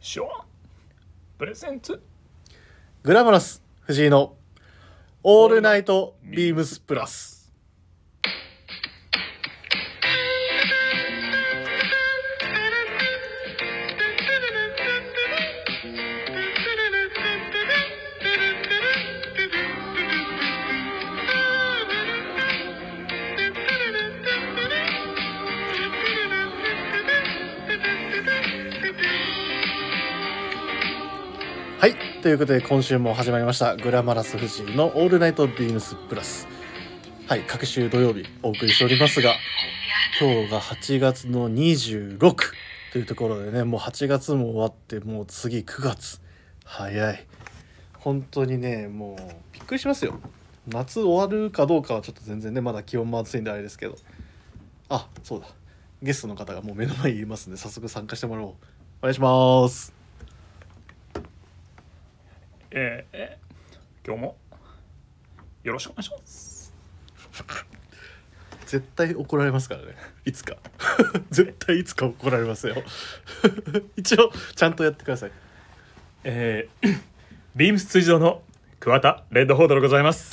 ショーンプレゼンツグラマラス藤井のオールナイトビームスプラス。はい、ということで今週も始まりましたグラマラス藤井のオールナイトビームスプラス。はい、各週土曜日お送りしておりますが、今日が8月の26というところでね、もう8月も終わってもう次9月。早い。本当にね、もうびっくりしますよ。夏終わるかどうかはちょっと全然ね、まだ気温も暑いんであれですけど。あ、そうだ。ゲストの方がもう目の前にいますんで、早速参加してもらおう。お願いします。えーえー今日もよろしくお願いします絶対怒られますからねいつか 絶対いつか怒られますよ 一応ちゃんとやってくださいえー ビームス通常の桑田レッドホードでございます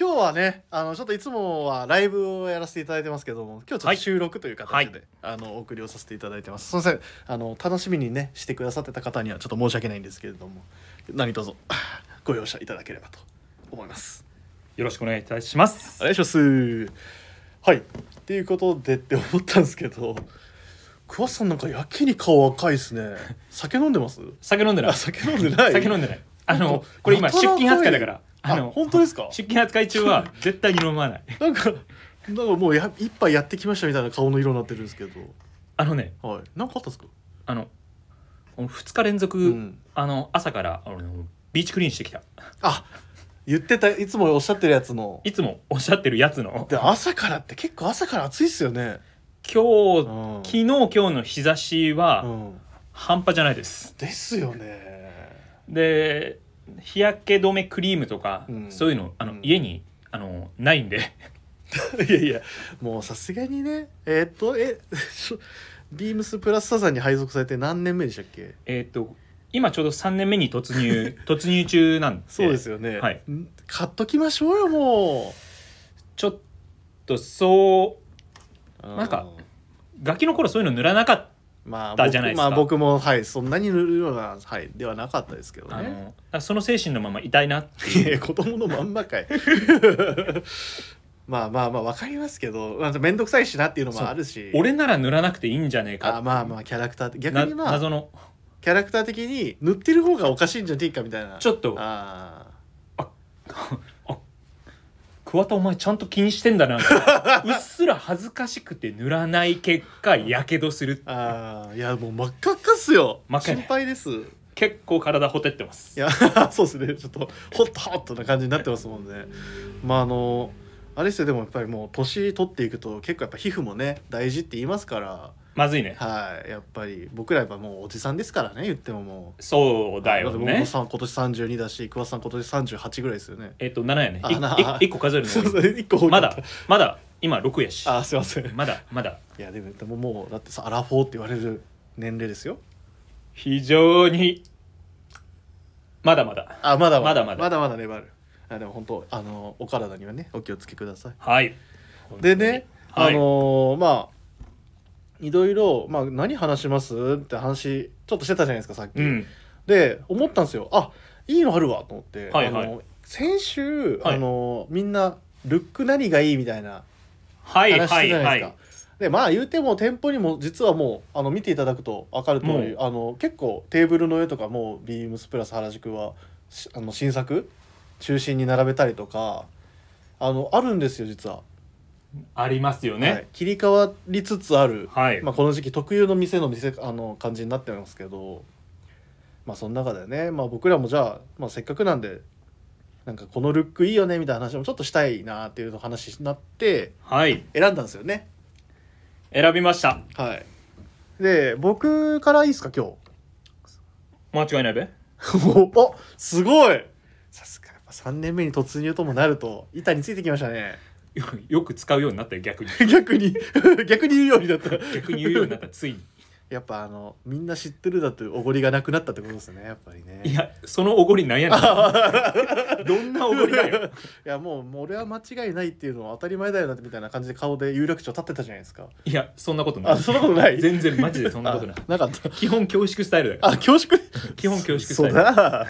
今日はねあのちょっといつもはライブをやらせていただいてますけども今日ちょっと収録という形で、はいあのお送りをさせていただいてますすいませんあの楽しみにねしてくださってた方にはちょっと申し訳ないんですけれども何卒 ご容赦いただければと思いますよろしくお願いいたしますお願いしますはいっていうことでって思ったんですけど桑田さんなんかやけに顔赤いですね酒飲んでます酒飲んでないあ酒飲んでない酒飲んでないあのこれ今やた出ら勤扱いだからああの本当ですか出勤扱い中 は絶対に飲まないなんかなんかもうや一杯やってきましたみたいな顔の色になってるんですけどあのねはいなんかあったんですかあの2日連続、うんあの朝からあのビーチクリーンしてきたあ言ってたいつもおっしゃってるやつのいつもおっしゃってるやつので朝からって結構朝から暑いっすよね今日うん、昨日今日の日差しは、うん、半端じゃないですです よねで日焼け止めクリームとか、うんそういうのあの、うん家にあのないんで いやいやもうさすがにねえーっとえ ビームスプラスサザンに配属されて何年目でしたっけえっと今ちょうど3年目に突入 突入中なんでそうですよね、はいん買っときましょうよもちょっとそううなんかうガキの頃そういうの塗らなかっまあだ僕じゃないですまかあ僕もはいそんなに塗るようなはいではなかったですけどたあねのあその精神のまま痛いなっていやいや子供のまんまかい まあまあまあわかりますけどまあ面倒くさいしなっていうのもあるし俺なら塗らなくていいんじゃねえかあまあまあキャラクター的逆なにまあ謎のキャラクター的に塗ってる方がおかしいんじゃねえかみたいなちょっとあ桑田お前ちゃんと気にしてんだなって うっすら恥ずかしくて塗らない結果やけどするーあーいやもう真っ赤っかっすよ真っ赤心ね配ですい結構体ほてってますや そうですねちょっとホットホットな感じになってますもんねまああのあれですよでもやっぱりもう年取っていくと結構やっぱ皮膚もね大事って言いますからまずいねはいやっぱり僕らやっぱもうおじさんですからね言ってももうそうだよって僕もね。さん今年32だし桑田さん今年38ぐらいですよねえっと7やね。あいいなあい一個数えるそうのそ多う一個多い。まかっだまだ今6やし。たあすいませんいまだまだやでもでももうだってさアラフォーって言われる年齢ですよ非常にまだまだ。あまだまだまだまだまだまだ粘るあでも本当あのお体にはねお気をつけくださいはい。でね、はいあのーまあいろいろ、まあ、何話しますって話ちょっとしてたじゃないですかさっき、うんで思ったんですよあいいのあるわと思って、はいはいあの先週、はいあのみんなルック何がいいみたいなはい話してはたいじゃなはいですか、い。でまあ言うても店舗にも実はもうあの見ていただくと分かる通もりうあの結構テーブルの上とかもビームスプラス原宿はしあの新作中心に並べたりとかあのあるんですよ実は、ありますよはねい。切り替わりつつある、はいま。あ、この時期特有の店の店あの感じになってますけどまあその中でね、まあ、僕らもじゃあ、まあ、せっかくなんでなんかこのルックいいよねみたいな話もちょっとしたいなっていう話になってはい。選んだんですよね選びました。はいで僕からいいですか今日 間違いないべ。おすごいさすがやっぱ3年目に突入ともなると板についてきましたね よよく使うようになったよ逆に。逆に逆に言うようになった逆に言うようになったついに。やっぱあのみんな知ってるだっておごりがなくなったってことですねやっぱりねいやそのおごりなんやねんどんなおごりだよ いやもうもう俺は間違いないっていうのは当たり前だよなってみたいな感じで顔で有楽町立ってたじゃないですかいやそんなことなあいそんなことない全然マジでそんなことないあなかった基本恐縮スタイルだよあ恐縮基本恐縮スそタうイルだ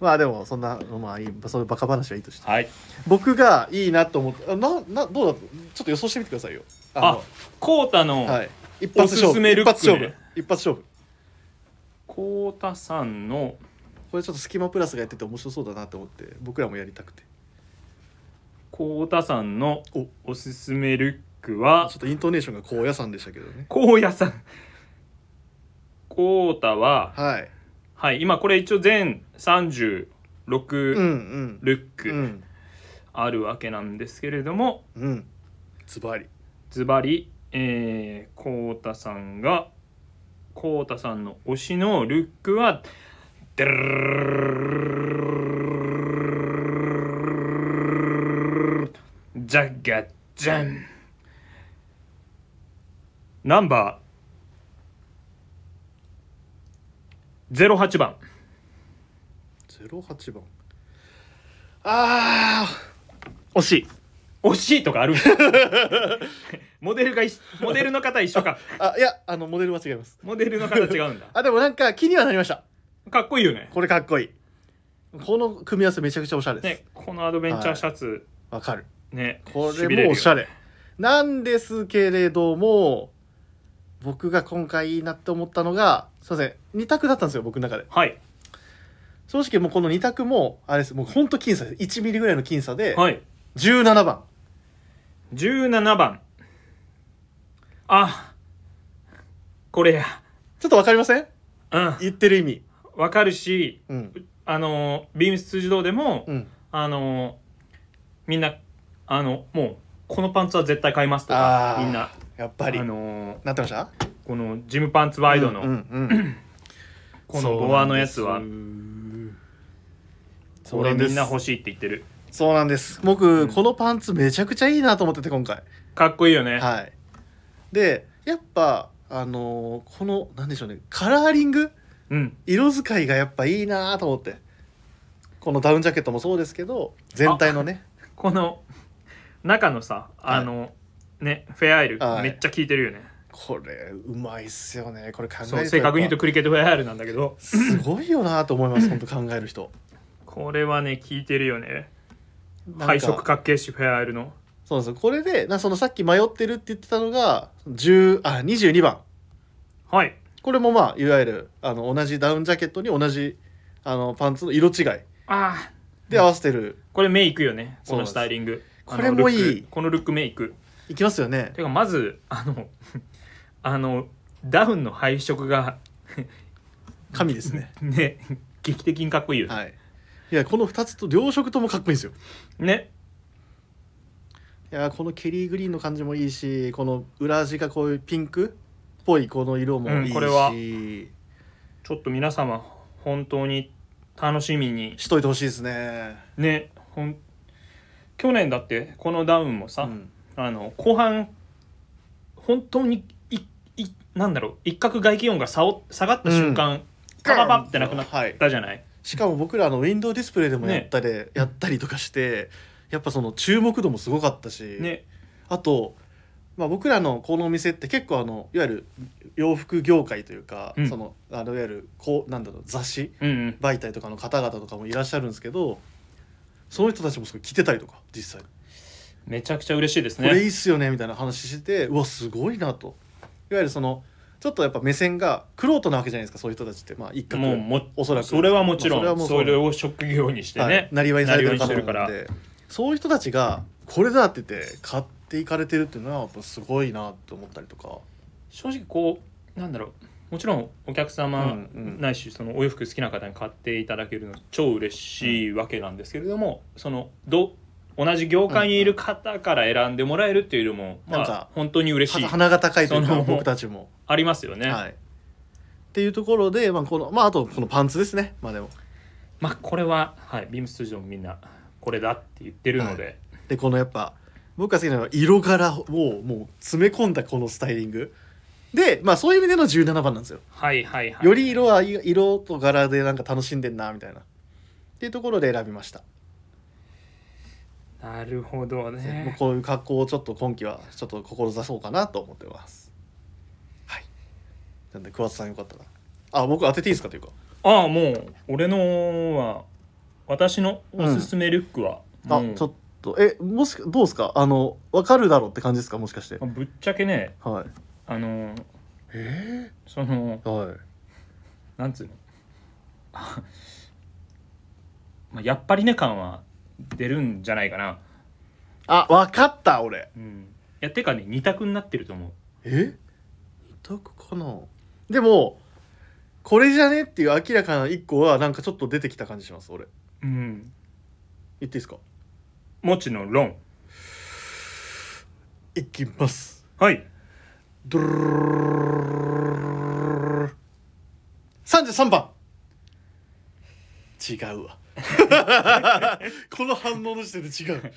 まあでもそんなまあいいそういうバカ話はいいとしてはい僕がいいなと思ってあななどうだちょっと予想してみてくださいよあのコータの、はい一発お勝すす負め一ルックね発勝負一発勝負コータさんのこれちょっとスキマプラスがやってて面白そうだなと思って僕らもやりたくてコータさんのおおすすめルックあはちょっとイントネーションが高野山でしたけどね高野さんコータははいはい今これ一応全36うんルッうんうクんあるわけなんですけれどもうんズバリズバリえーコータさんがコータさんの推しのルックはデルルルルルルルジャッガッジャンナンバー08番08番あー惜しい惜しいとかあるんモデルが一緒モデルの方一緒かあいやあのモデルは違いますモデルの方違うんだあでもなんか気にはなりましたかっこいいよねこれかっこいいこの組み合わせめちゃくちゃおしゃれですねこのアドベンチャーシャツ、わかるねこしびれもおしゃれれなんですけれども僕が今回いいなって思ったのがすいません2択だったんですよ僕の中でるよはい正直もうこの2択もあれですもうほんと僅差です1ミリぐらいの僅差で、はい17番17番あこれやちょっとわかりませんうん言ってる意味わかるしうんあのービームス通じ堂でも、うんあのーみんなあのもうこのパンツは絶対買いますとかあーみんなやっぱりあなのーってましたこのジムパンツワイドの、うんうんうん このボアのやつはそこうなれんでみすんな欲しいって言ってるそうなんです僕、うんこのパンツめちゃくちゃいいなと思ってて今回かっこいいよね、はいでやっぱあのーこのなんでしょうねカラーリングうん色使いがやっぱいいなと思ってこのダウンジャケットもそうですけど全体のねこの中のさあの、ねフェアアイル、はいめっちゃ効いてるよねこれうまいっすよねこれ考えるとそやうっぱ正確に言うとクリケットフェアアイルなんだけどすごいよなと思います本当考える人これはね効いてるよねなんか配色角形紙フェアアイルのそうなんですよこれでなそのさっき迷ってるって言ってたのが10あ22番はいこれもまあいわゆるあの同じダウンジャケットに同じあのパンツの色違いああで合わせてる、これ目いくよねそこのうなんですスタイリングこれもいいあのルックこのルック目いくいきますよねてかまずあの あのダウンの配色が神ですねね劇的にかっこいいよね,、はいいやこの2つと両色ともかっこいいんですよねいやこのケリーグリーンの感じもいいしこの裏地がこういうピンクっぽいこの色もいいし、うんこれはちょっと皆様本当に楽しみにしといてほしいですね、ねほん去年だってこのダウンもうさ、ん、あの後半本当にいいなんだろう一角外気温がさお下がった瞬間、パパパってなくなっはいたじゃないしかも僕らあのウィンドウディスプレイでもやったり、やったりとかしてやっぱその注目度もすごかったし、ねあと、まあ、僕らのこのお店って結構あのいわゆる洋服業界というか、うんそのあのいわゆるこうなんだろう雑誌うんうん媒体とかの方々とかもいらっしゃるんですけどその人たちもすごい着てたりとか実際めちゃくちゃ嬉しいですこれいねいっすよねみたいな話しててうわすごいなといわゆるそのちょっとやっぱ目線がクロートなわけじゃないですかそういう人たちってまあ一角もうもおそらくそれはもちろん、まあそれそうを職業にしてね、はいなりわいにされてるなり方わいにしてるからなんでそういう人たちがこれだって言って買っていかれてるっていうのはやっぱすごいなと思ったりとか正直こうなんだろうもちろんお客う様んうんないしそのお洋服好きな方に買っていただけるの超嬉しいわけなんですけれども、そのど同じ業界にいる方から選んでもらえるっていうのも、なんまかあ本当に嬉しいは鼻が高いというそかの 僕たちも、ありますよね、はいっていうところで、まあ、このまああとこのパンツですねまあでもまあこれは、はい、ビームス通常もみんなこれだって言ってるので、でこのやっぱ僕が好きなのは色柄をもう詰め込んだこのスタイリングで、まあ、そういう意味での17番なんですよ。はいはいはいより色は色と柄でなんか楽しんでんなみたいなっていうところで選びました、なるほどもうねこういう格好をちょっと今季はちょっと志そうかなと思ってますはいなんで桑田さんよかったらあ僕当てていいですかというかああもう俺のは私のおすすめリュックは、あ、もうちょっとえもしどうですかあの分かるだろうって感じですかもしかしてぶっちゃけねはいあのえそのえはいなんつうの あまあやっぱりね感は出るんじゃないかな、あ分かった俺うん、いやてかね二択になってると思うえ二択かなでもこれじゃねっていう明らかな一個はなんかちょっと出てきた感じします俺うん言っていいですかもちの論いきますはいドゥルルルルルルル33番違うわ この反応の時点で違う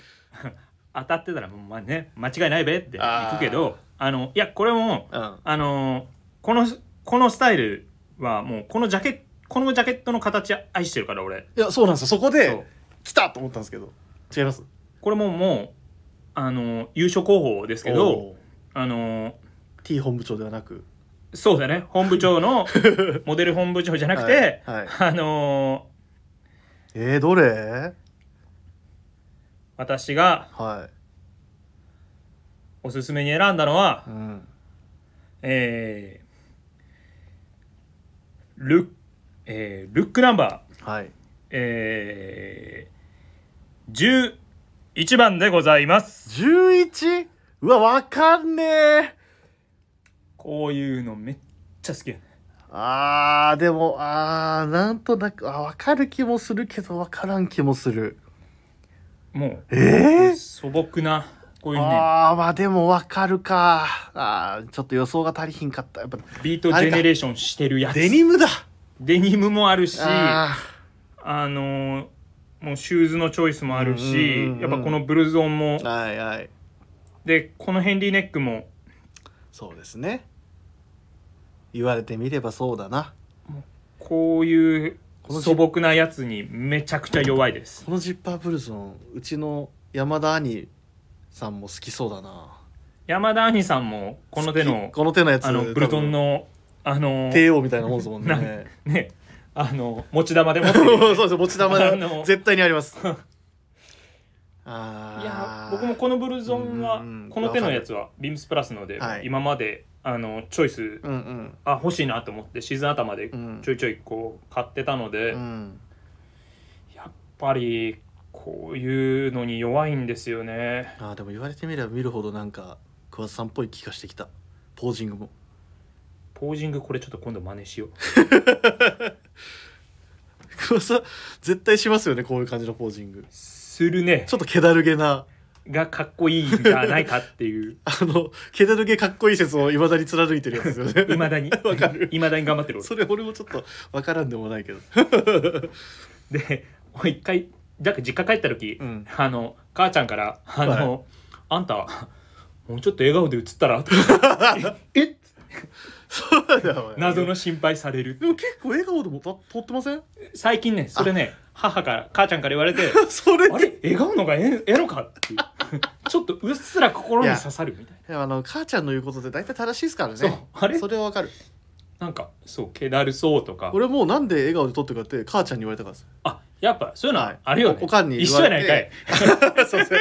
当たってたらもうまあね間違いないべってあー行くけどあのいやこれもうんあのこのこのスタイルはもうこのジャケこのジャケットの形愛してるから俺いやそうなんですよそこそうで来たと思ったんですけど違いますこれももうあの優勝候補ですけどおーあの T 本部長ではなくそうだね本部長 のモデル本部長じゃなくて、はいはいあのえー、どれ私がはおすすめに選んだのは、い、うん、えールック、えールックナンバー、はいえー、11番でございます。 11? うわ、わかんねえ。こういうのめっちゃ好きやねあー、でも、あー、なんとなく、あ、わかる気もするけど、わからん気もする。もえうー、素朴なこういうねあー、まあでもわかるか。あー、ちょっと予想が足りひんかった。やっぱ、ビートジェネレーションしてるやつデニムだデニムもあるしああのーもうシューズのチョイスもあるし、うんうんうんうんやっぱこのブルゾンもー、はいはい。でこのヘンリーネックもそうですね。言われてみればそうだな。こういうこのジ素朴なやつにめちゃくちゃ弱いですこのジッパーブルゾン、うちの山田兄さんも好きそうだな。山田兄さんもこの手好のきこの手のやつ、あのブルゾン多のあの分ー帝王みたいなもんですもんなんね。ねあの持ち玉で持ってる そうそうです持ち玉あの絶対にあ ります。いやあー僕もこのブルゾンはうんこの手のやつはビームスプラスのではい今まであのチョイスうんうんあ欲しいなと思ってシーズン頭でうんちょいちょいこう買ってたのでうんやっぱりこういうのに弱いんですよねあーでも言われてみれば見るほどなんか桑田さんっぽい気がしてきたポージングも ポージングこれちょっと今度真似しよう桑田さん絶対しますよねこういう感じのポージングするねちょっと気だるげながかっこいいんじゃないかっていう あの気だるげかっこいい説をいまだに貫いてるや つですよねいまだに わかるいまだに頑張ってる俺それ俺もちょっとわからんでもないけど で 俺一回だから実家帰った時、うんあの母ちゃんから「あの、あんたもうちょっと笑顔で映った ら?」えっそうだよおい謎の心配されるでも結構笑顔でもと撮って ません最近ねそれね母から母ちゃんから言われ てそれあってれ笑顔のがええのかっていうちょっとうっすら心に刺さるみたいいやあの母ちゃんの言うことで大体正しいですからねそうあれそれはわかるななんかそう気だるそうとか俺もうなんで笑顔で撮ってるかって母ちゃんに言われたからですあやっぱそういうのははいあれよね、おおかんに一言緒わやれないかいて そうそう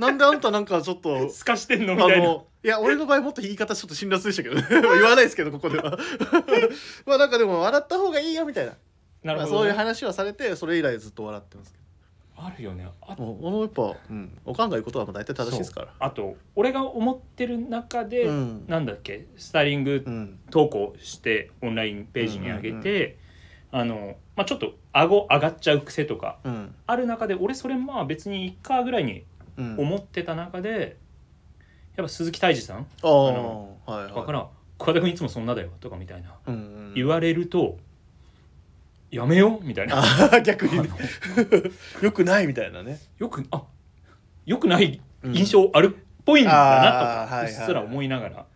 なんであんたなんかちょっとすかしてんのあみたいなのいや俺の場合もっと言い方ちょっと辛辣でしたけどね 言わないですけどここでは まあなんかでも笑った方がいいよみたいななるまあ、ほど、ねそういう話はされてそれ以来ずっと笑ってますけあるよねあどもう俺もやっぱ、うん、おかんが言うことはもう大体正しいですからあと俺が思ってる中で、うんなんだっけスタイリングうん投稿してオンラインページに上げて、あの、まあ、ちょっと顎上がっちゃう癖とかうんある中で俺それまあ別に1回ぐらいにうん思ってた中で、やっぱ鈴木泰治さんあのあはいとかかはら「桑田君いつもそんなだよ」とかみたいな、い、うんうん、言われると「やめよう」みたいなあー 逆にねあのよくないみたいなねよくあよくない印象あるっぽいんだなとうんあーかうはいはいっすら思いながら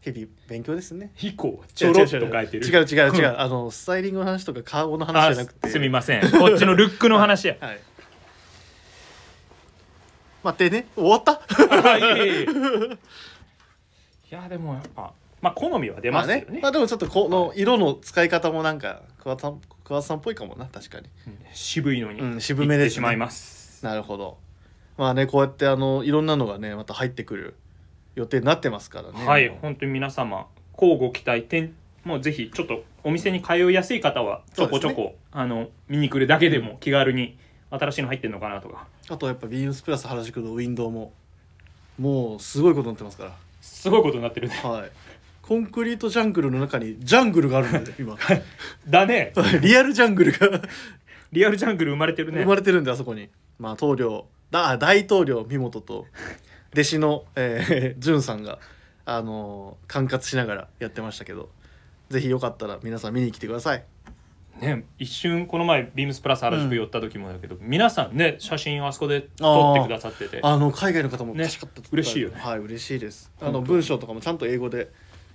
日々勉強ですね以降ちょろっと書いてる違う違う違うあのスタイリングの話とか顔の話じゃなくてあすみませんこっちのルックの話やはい待ってね終わったあいえ いえいえいやでもやっぱまあ好みは出ままあすよねね まあでもちょっとこの色の使い方もなんか桑田さん桑田さんっぽいかもな確かにうん渋いのに、うん渋めですね行ってしまいますなるほどまあねこうやってあのいろんなのがねまた入ってくる予定になってますからねはい本当に皆様乞うご期待てんもうぜひちょっとお店に通いやすい方はちょこちょそこ、あの見に来るだけでも気軽に新しいの入ってんのかなとかあとやっぱビームスプラス原宿のウィンドウももうすごいことになってますかすごいことになってるねらはいコンクリートジャングルの中にジャングルがあるんで 今だねリアルジャングルがリアルジャングル生まれてるね生まれてるんであそこにまあ棟梁だあ大統領三 本と弟子の、えー、 淳さんがあのー管轄しながらやってましたけどぜひよかったら皆さん見に来てくださいね一瞬この前ビームスプラス原うん宿寄った時もだけど、皆さんね写真あそこで撮ってくださっててあの海外の方もねパシャッと撮ったり嬉しいよねはい嬉しいですあ本当のに文章とかもちゃんと英語で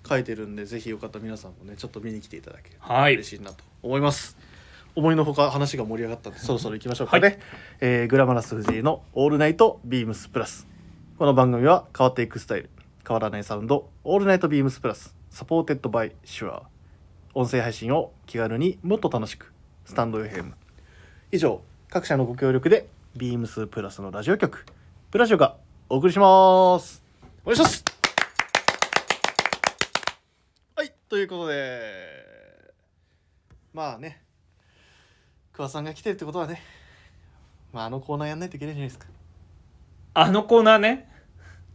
書いてるんでぜひよかったら皆さんもねちょっと見に来ていただけるとはい嬉しいなと思います思いのほか話が盛り上がったんでそろそろ行きましょうかね、はいえーグラマラス藤井の「オールナイトビームスプラス」この番組は変わっていくスタイル変わらないサウンド「オールナイトビームスプラス」サポーテッドバイシュア音声配信を気軽にもっと楽しくスタンド FM 以上各社のご協力でビームスプラスのラジオ局プラジオがお送りしますお願いしますはいということでまあね桑さんが来てるってことはねまああのコーナーやんないといけないじゃないですかあのコーナーね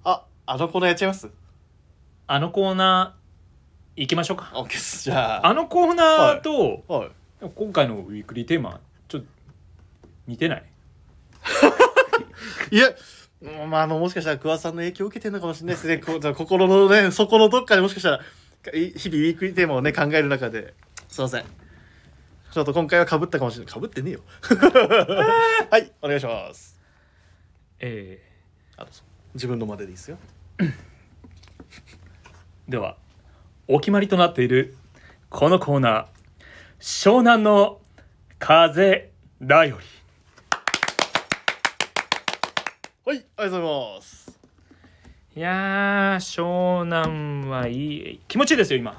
ああのコーナーやっちゃいますあのコーナー行きましょうかあ OK ですじゃああのコーナーと、はい今回のウィークリーテーマちょっと似てないいや、うんまあ、あの、もしかしたら、桑さんの影響を受けてるのかもしれないですね。こう心のね、そこのどっかでもしかしたら、かい日々ウィークリーテーマをね、考える中で、すいません。ちょっと今回は被ったかもしれない。被ってねえよ。 はい、お願いします。えあと、自分のまででいいですよ。ーではお決まりとなっているこのコーナー「湘南の風だよりはい、ありがとうございます。」いやー湘南はいい気持ちいいですよ今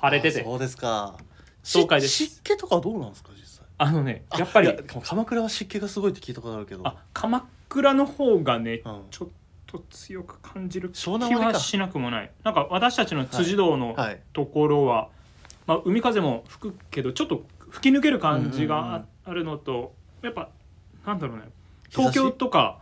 晴れてあてそうですか。爽快ですし湿気とかどうなんですか、実際。あのねあやっぱりい鎌倉は湿気がすごいって聞いたことあるけど。あ鎌倉の方がね、うんちょっと強く感じる気湘南はあれはかしなくもないなんか私たちの辻堂のはい。ところは、まあ、海風も吹くけどちょっと吹き抜ける感じうんうんうがんああるのと、やっぱなんだろうね日差し東京とか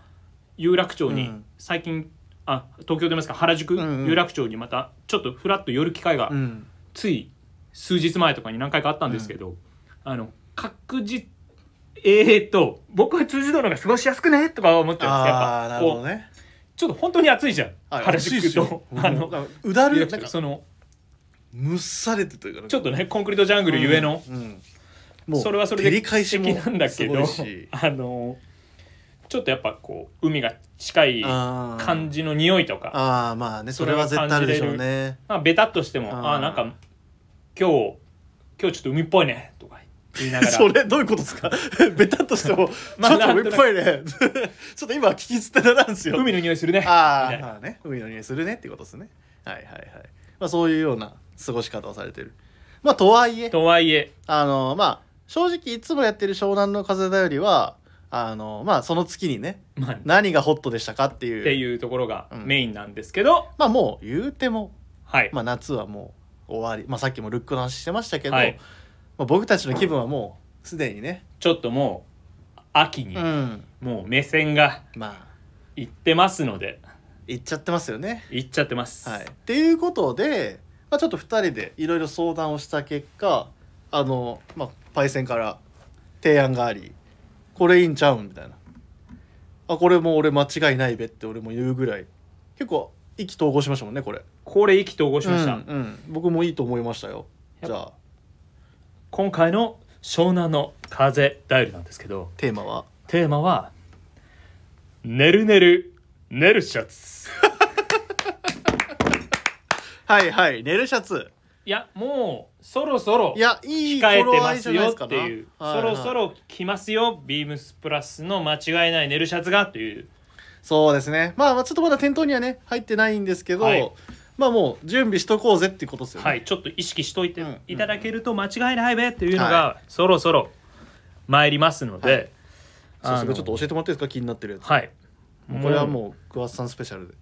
有楽町うにん最近、あ東京出ますか原宿、うんうん有楽町にまたちょっとフラッと寄る機会が、うん。つい数日前とかに何回かあったんですけど、あの確実えー、と僕は辻堂の方が過ごしやすくねとか思ってますあやあ、っなぱるほこどうね。ちょっと本当に暑いじゃんはい原宿とあののうだ有るな楽町んかそのむされてというかちょっととねコンクリートジャングルゆえの、うんうんそれはそれで照り返しも素敵なんだけどすごいしあのちょっとやっぱこう海が近いあー感じの匂いとかあーまあねそれは絶対あるでしょうねまあベタっとしてもあーああーなんか今日今日ちょっと海っぽいねとか言いながら それどういうことですかベタっとしても、 まあちょっと海っぽいね ちょっと今聞き捨てなんですよ海の匂いするねあみたーいなまあね海の匂いするねっていうことですねはいはいはいまあそういうような過ごし方をされてるまあとはいえとはいえあのまあ正直いつもやってる湘南の風だよりはあのまあその月にねまあっ何がホットでしたかっていうていうところがうんメインなんですけど、まあもう言うても、はい、まあ、夏はもう終わり、まあ、さっきもルックの話してましたけど、はいまあ、僕たちの気分はもうすでにね、ちょっともう秋にうん、もう目線がまあいってますので行っちゃってますよね。いっちゃってます、はい、っていうことで、まあ、ちょっと2人でいろいろ相談をした結果あの、まあ、パイセンから提案がありこれいいんちゃうんみたいなあこれもう俺間違いないべって俺も言うぐらい結構意気投合しましたもんねこれこれ意気投合しました、うんうん僕もいいと思いましたよじゃあ今回の湘南の風ダイルなんですけどテーマはテーマは「ねるねるねるシャツはいはい寝るシャツいやもうそろそろいやいい控え頃て合まいじすゃないでよすかってないうはいそはいろそろ来ますよビームスプラスの間違いない寝るシャツがというそうですねまあまあちょっとまだ店頭にはね入ってないんですけど、はいまあもう準備しとこうぜっていうことですよね、はい、ちょっと意識しといてうんいただけると間違いないべっていうのはがそろそろ参りますので、早あ速のちょっと教えてもらっていいですか気になってるやつ、はい、もうこれはもう桑田さんスペシャルで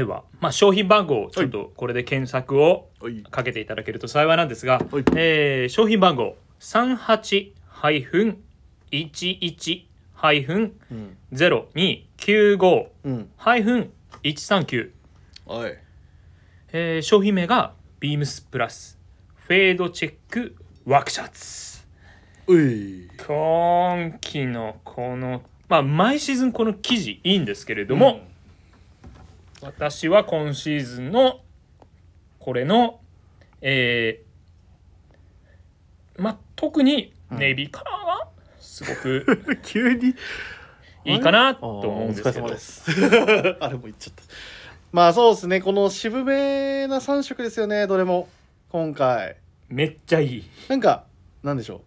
うでは、まあ、商品番号をちょっとこれで検索をはいかけていただけると幸いなんですがはい、えー商品番号38-11-0295-139うんうんはいえー商品名がビームスプラスフェードチェックワークシャツうい今期のこのまあ毎シーズンこの記事いいんですけれども、私は今シーズンのこれのえーまあ特にネイビーカラーはすご くうん急にいいかなと思うんですけど、あーお疲れ様です あれも言っちゃったまあそうですねこの渋めな3色ですよねどれも今回めっちゃいいなんかなんでしょう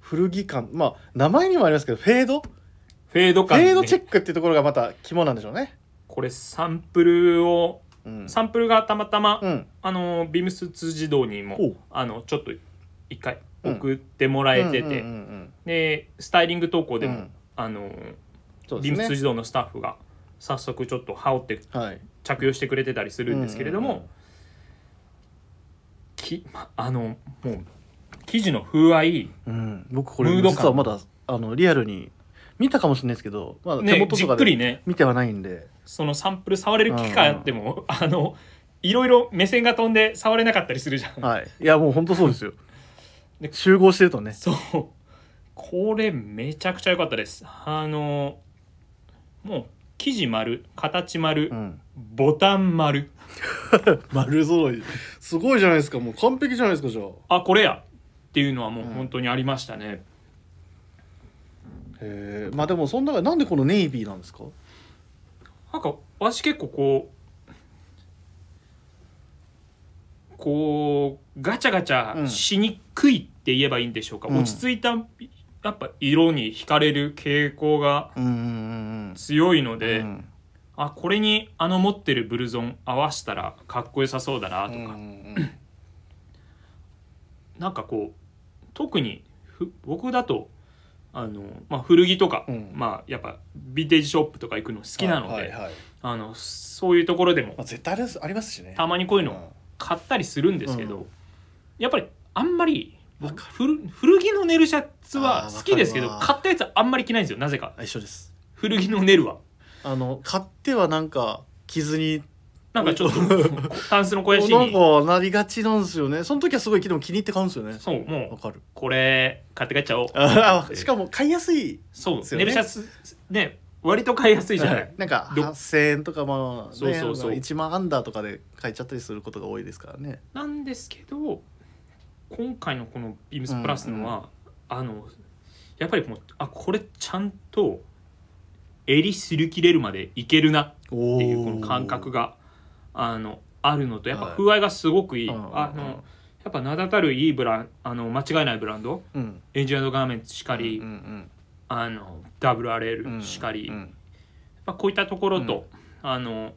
古着感まあ名前にもありますけどフェードフフェード感、ェードチェクックっていうところがまた肝なんでしょうねこれサンプルをうん、サンプルがたまたま、うん、あのビームス通児童にもおうあのちょっと一回送ってもらえてて、うんうんうんでスタイリング投稿うんでも、うんあのそうビでームすスね児童のスタッフが早速ちょっと羽織ってはい着用してくれてたりするんですけれども、うんうんうんきまあのもう生地の風合いうん、僕こムれード実感はまだあのリアルに見たかもしれないですけど、まだ手ね元じとっかくでりね見てはないんで、そのサンプル触れる機会あっても、あのいろいろ目線が飛んで触れなかったりするじゃん。はい、いやもう本当そう ですよで集合してるとねそうこれめちゃくちゃ良かったです。あのもう生地丸形丸、 うんボタン丸丸揃いすごいじゃないですかもう完璧じゃないですかじゃああこれやっていうのはもううん本当にありましたね。へえまあでもその中でなんでこのネイビーなんですかなんか私結構こうこうガチャガチャしにくいって言えばいいんでしょうか、うん落ち着いたやっぱ色に惹かれる傾向がうんうんうん強いので、うんあこれにあの持ってるブルゾン合わせたらかっこよさそうだなうとんか、うんなんかこう特にふ僕だとあの、まあ、古着とか、うんまあ、やっぱビンテージショップとか行くの好きなので、はいはいはいあのそういうところでもまあ、絶対ありますありますしねたまにこういうのん買ったりするんですけど、うんやっぱりあんまりわか古古着のネルシャツあはー好きですけどわかるわ買ったやつはあんまり着ないんですよなぜかあ一緒です古着のネルはあの買ってはなんか傷になんかちょっとタンスの肥やしなんにかなりがちなんですよねその時はすごいでも気に入って買うんですよねそうわもう かるこれ買って帰っちゃおうあえーしかも買いやすいそうですよネルねシャツね割と買いやすいじゃない、はいなんかど8000円とかまあ、ね、そうそうそう1万アンダーとかで買えちゃったりすることが多いですからねなんですけど今回のこのビームスプラスのは、あのやっぱりもうあこれちゃんと襟すり切れるまでいけるなおっーていうこの感覚があのあるのとやっはぱい風合いがすごくいい、うんうんうんあのやっぱ名だたるいいブランあの間違いないブランドうんエンジニアドガーメンツしかり、うんうんあの WRL しかり、うんうやっんぱこういったところと、あの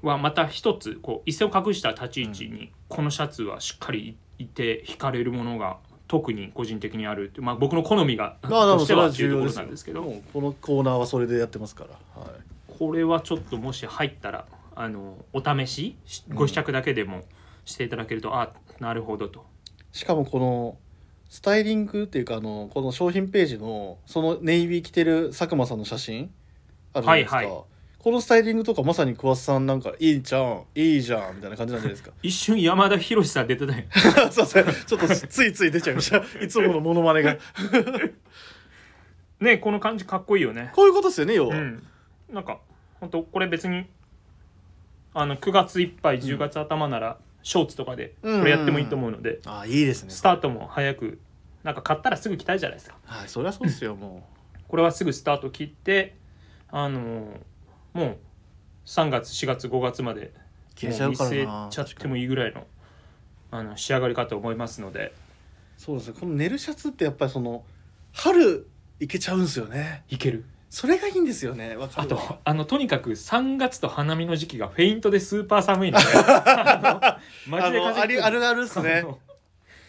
はまた一つこう一線を隠した立ち位置にこのシャツはしっかりいて惹かれるものが特に個人的にあるっていう、まあ、僕の好みがまあでともしてそれははっていう重ところ要ですなよんですけどもうこのコーナーはそれでやってますから、はい、これはちょっともし入ったらあのお試ししご試着だけでもしていただけると、あなるほどとしかもこのスタイリングっていうかあのこの商品ページのそのネイビー着てる佐久間さんの写真あるじゃないですか、はいはこのスタイリングとかまさに桑田さんなんかいいじゃんいいじゃんみたいな感じなんじゃないですか一瞬山田博さん出て たよ そうそうちょっとついつい出ちゃいましたいつものモノマネがねこの感じかっこいいよねこういうことですよね要うは、んなんか本当これ別にあの9月いっぱい10月頭ならショーツとかでこれやってもいいと思うので、ああいいですねスタートも早くなんか買ったらすぐ着たいじゃないですかはいそりゃそうですよもこれはすぐスタート切ってあのもう3月4月5月までう消えちゃうからなもう見せちゃってもいいぐらいのあの仕上がりかと思いますのでそうですねこの寝るシャツってやっぱりその春いけちゃうんですよねいけるそれがいいんですよねわかあるわとあのとにかく3月と花見の時期がフェイントでスーパー寒いの であのマあジで風のあ邪ひりくあるあるですねあの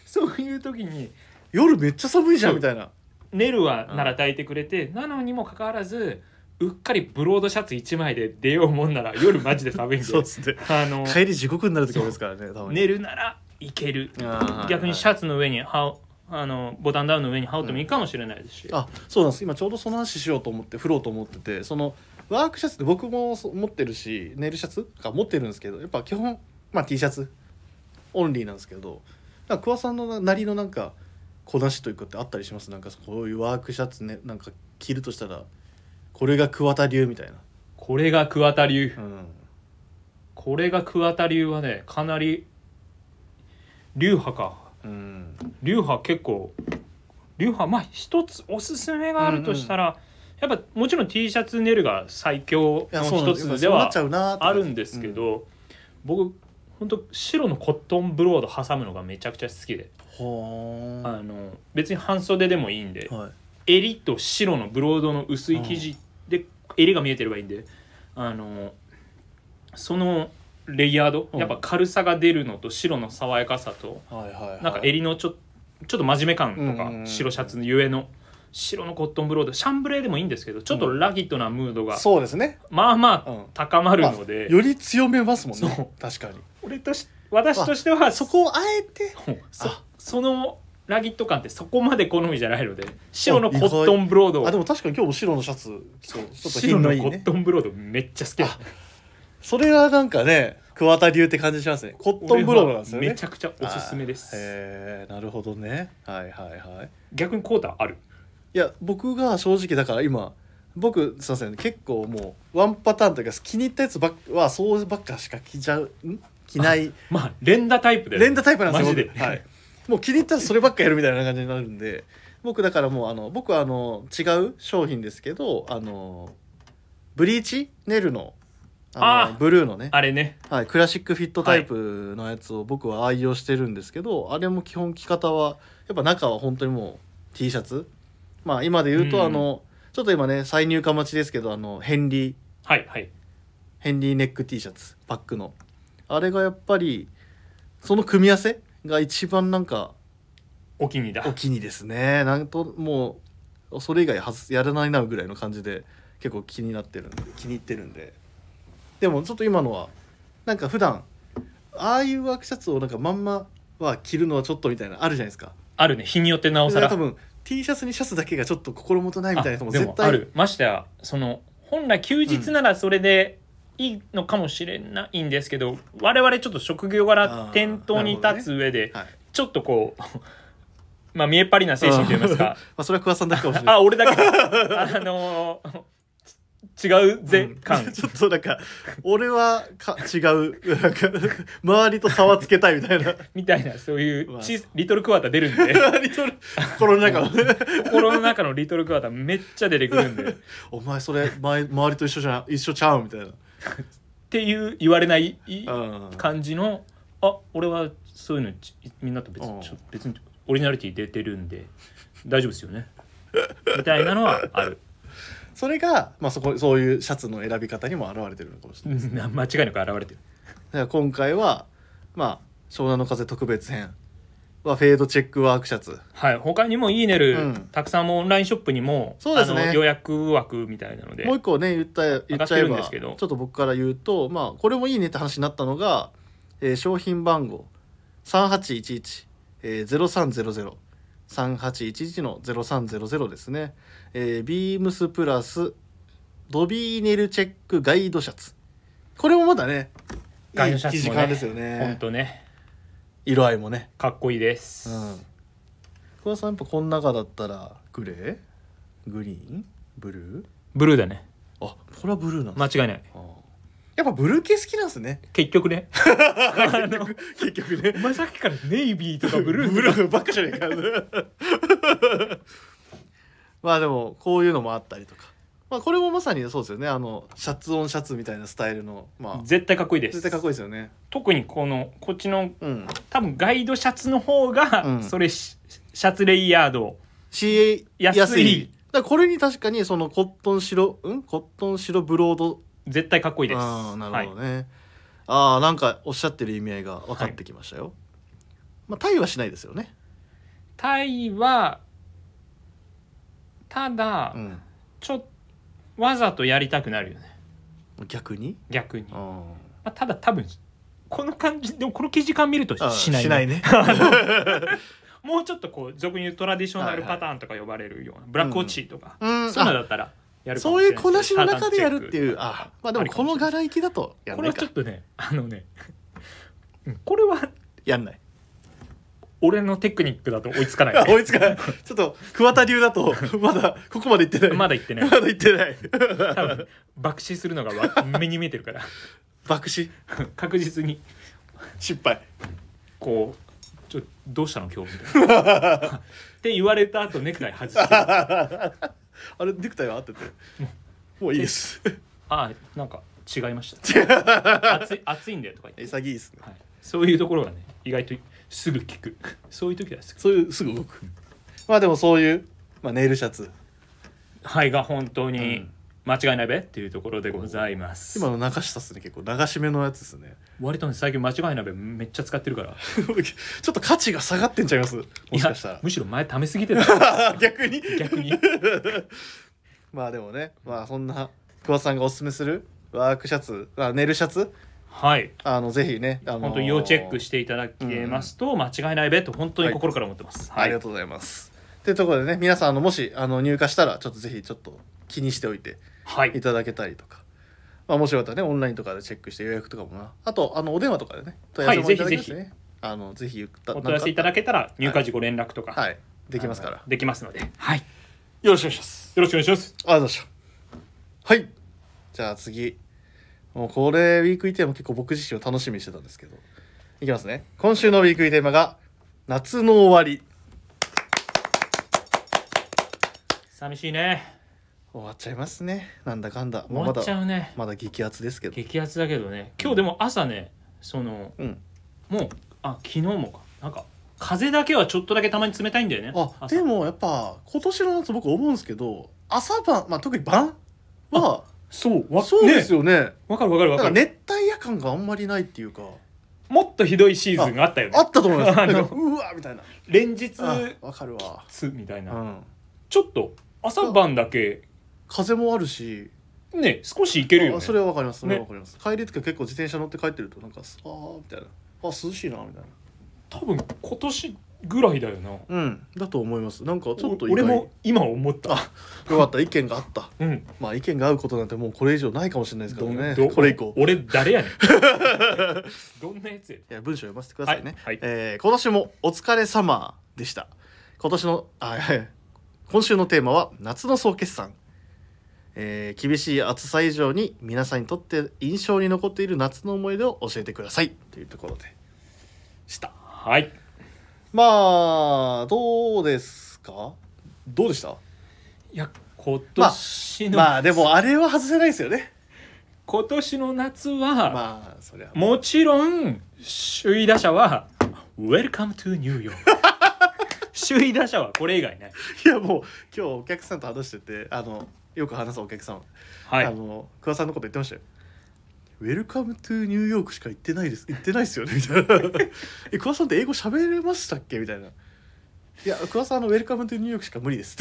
そういう時に夜めっちゃ寒いじゃんみたいなネルはなら抱いてくれて、なのにもかかわらずうっかりブロードシャツ1枚で出ようもんなら夜マジで寒いんでそうですねあの帰り地獄になる時ありますからねたまに寝るならいけるあー逆にシャツの上に羽織あのボタンダウンの上に羽織ってもいいかもしれないですし、あそうなんです今ちょうどその話しようと思って振ろうと思っててそのワークシャツって僕もそう持ってるしネイルシャツか持ってるんですけどやっぱ基本、まあ、T シャツオンリーなんですけどなんか桑さんのなりのなんかこなしというかってあったりしますなんかこういうワークシャツねなんか着るとしたらこれが桑田流みたいな、これが桑田流うん、これが桑田流はねかなり流派かうん、流派結構流派まあ一つおすすめがあるとしたら、やっぱもちろん T シャツネルが最強いやのそうなん一ですつよでそうなはっちゃうなーってあるんですけうんど、僕本当白のコットンブロード挟むのがめちゃくちゃ好きで、ほーあの別に半袖でもいいんで、はい襟と白のブロードの薄い生地で襟が見えてればいいんであのそのレイヤードうんやっぱ軽さが出るのと白の爽やかさとはいはいはいなんか襟のちょちょっと真面目感うんとうかんうん白シャツのゆえの白のコットンブロードシャンブレーでもいいんですけどちょっとラギットなムードがそうですね、まあまうあん、高まるのでより強めますもんそうね確かに俺とし私としてはそそこをあえてそあそのラギット感ってそこまで好みじゃないので白のコットンブロードをあでも確かに今日も白のシャツ着てちょっと白品ののコいいねットンブロードめっちゃ好きだあそれはなんかね桑田流って感じしますねコットンブロードなんですよ俺はねめちゃくちゃおすすめですあへえなるほどねはいはいはい逆にコータあるいや僕が正直だから今僕すいません結構もうワンパターンというか気に入ったやつばっかはそうばっかしか着ちゃうん着ないまあ連打タイプで連打タイプなんですよマジで僕はい、もう気に入ったらそればっかやるみたいな感じになるんで僕だからもうあの僕はあの違う商品ですけどあのブリーチネルのあのあーブルーのね、あれねはい、クラシックフィットタイプのやつを僕は愛用してるんですけど、あれも基本着方はやっぱ中は本当にもう T シャツまあ今で言ううと、んあのちょっと今ね再入荷待ちですけどあのヘンリーはいはいヘンリーネック T シャツパックのあれがやっぱりその組み合わせが一番なんかお気に入りだお気にですねなんともうそれ以外はずやらないなぐらいの感じで結構気になってるんで気に入ってるんででもちょっと今のはなんか普段ああいうワークシャツをなんかまんまは着るのはちょっとみたいなあるじゃないですかあるね日によってなおさだからら多分 T シャツにシャツだけがちょっと心もとないみたいな人もあで絶もあ対るましてやその本来休日ならそれでいいのかもしれないんですけど、我々ちょっと職業あ柄ー店頭に立つ上で、はいちょっとこう まあ見えっ張りな精神といいますかまあそれは桑さんだけかもしれないあ俺だけだ あのーち違うぜ感、うんちょっとなんか俺はか違うなんか周りと差はつけたいみた いなみたいなそういううわ小さリトルクワタ出るん で周りと心の中をね心の中のリトルクワタめっちゃ出てくるんでっお前それ前周りと一緒じゃん一緒ちゃうみたいな、ていう言われないいうん、感じのあ俺はそういうのちみんなと別うんにちょ別にオリジナリティ出てるんで大丈夫ですよねみたいなのはあるそれが、まあ、そこそういうシャツの選び方にも現れてるのかもしれないですね、な間違いなく現れてるだから今回は、まあ、湘南の風特別編はフェードチェックワークシャツはい他にもいいねる、うんたくさんもうオンラインショップにもそうですねあの予約枠みたいなのでもう一個ね言った言っちゃ上えがってるんばですちけょどっと僕から言うと、まあ、これもいいねって話になったのが、えー商品番号3811、えー、03003811の0300ですね、えー、ビームスプラスドビーネルチェックガイドシャツこれもまだねガイドシャツもねいい生地感ですよ本ね当ね色合いもねかっこいいです、うん福田さんやっぱこの中だったらグレーグリーンブルーブルーだねあこれはブルーなんだ間違いないやっぱブルー系好きなんですね。結局ねあの 結局ねお。前さっきからネイビーとかブルーとかブルーばっかじゃ ねえか。まあでもこういうのもあったりとか。まあこれもまさにそうですよねあのシャツオンシャツみたいなスタイルのまあ絶対かっこいいです絶対かっこいいですよね特にこのこっちのうん多分ガイドシャツの方が、うんそれしシャツレイヤード CA 安いだからこれに確かにそのコットン白うんコットン白ブロード絶対かっこいいですああなるはほどね、ああなんかおっしゃってる意味合いが分かってきましたよ、まあ対はしないですよねいタイはただ、うんちょっわざとやりたくなるよね逆に逆に、うまんあ、ただ多分この感じでもこの生地感見るとああしない,、しな いねもうちょっとこう俗に言うトラディショナルパターンとか呼ばれるような、ブラックウォッチとか、うんそういうのだったらやるかそもうしいれうないこなしの中でやるっていうパターンチェックあまあでもこの柄行きだとやんこなれはいちかょっとねあのねうんこれはやんない俺のテクニックだと 追いつかなあい、追いつかないちょっと桑田流だ とまだここまで行ってないまだ言ってないまだ行ってない多分爆死するのがわ目に見えてるから爆死確実に失敗 こうちょどうしたの今日みたいな って言われた後ネクタイ外してああれネクタイは合っててもういいです あなんか違いました 暑い暑いんだよとか言って、潔いですねはい、そういうところがね意外とすぐ聞くそういう時はすぐそういうすぐ動くまあでもそういう、まあ、ネイルシャツはいが本当うにん間違いないべっていうところでございます、今の流したっすね結構流し目のやつです ね割とね最近間違いないべめっちゃ使ってるからちょっと価値が下がってんちゃいますもいしやかしたむしろ前貯めすぎてた ら逆に逆に まあでもねまあそんな桑田さんがおすすめするワークシャツあネイルシャツはいあのぜひね、あのー本当に要チェックしていただけますと、間違いないべと本当に心から思ってます。ありがとうございますというところでね皆さんあのもしあの入荷したらちょっとぜひちょっと気にしておいてはいいただけたりとか、まあ、もしよかったらねオンラインとかでチェックして予約とかもなあとあのお電話とかでね問はい合わせもただけますね、あのぜひ言ったお問い合わせいただけたら入荷時ご連絡とか、はいできますかあらのできますので、はい、よろしくお願いしますよろしくお願いします。ありがとうございましたはいじゃあ次もうこれウィークイテーマ結構僕自身を楽しみにしてたんですけどいきますね今週のウィークイテーマが「夏の終わり寂しいね。」終わっちゃいますねなんだかんだもう終まわっちゃだうね。まだ激アツですけど激アツだけどね。今日でも朝ね、そのうんもうあ昨日もかなんか風だけはちょっとだけたまに冷たいんだよね。あ朝でもやっぱ今年の夏僕思うんですけど朝晩、まあ、特に晩はそうわそうですよ。よねわ、かるわかるわなんかかる、熱帯夜感があんまりないっていうかもっとひどいシーズンがあったよねあ。ったと思いま すあのなんかうわみたいな連日あわかるわつみたいうな、んちょっと朝晩だけ風もあるしね少しいけるよねあ。それはわかりますそれはねわかります、帰りとか結構自転車乗って帰ってるとなんかああみたいなあ涼しいなみたいな多分今年ぐらいだよな。うんだと思いますなんかちょっとお俺も今思った。よかった意見があったうん。まあ意見が合うことなんてもうこれ以上ないかもしれないですけどねどこれ以降俺誰 やねん。どんなやつやいや文章読ませてくださいね、はいはいえー今年も「お疲れ様でした今年のあいやいや今週のテーマは「夏の総決算」えー厳しい暑さ以上に皆さんにとって印象に残っている夏の思い出を教えてくださいというところでしたはい。まあどうですかどうでしたいや今年の、まあでもあれは外せないですよね今年の夏は、まあそりゃもちろん首位打者は Welcome to New York。首位打者はこれ以外ない。いやもう今日お客さんと話しててあのよく話すお客さんはあい。の桑さんのこと言ってましたよ。ウェルカムトゥニューヨークしか言ってないです言ってないですよねみたいな え桑さんって英語喋れましたっけみたいないや桑さんあのウェルカムトゥニューヨークしか無理です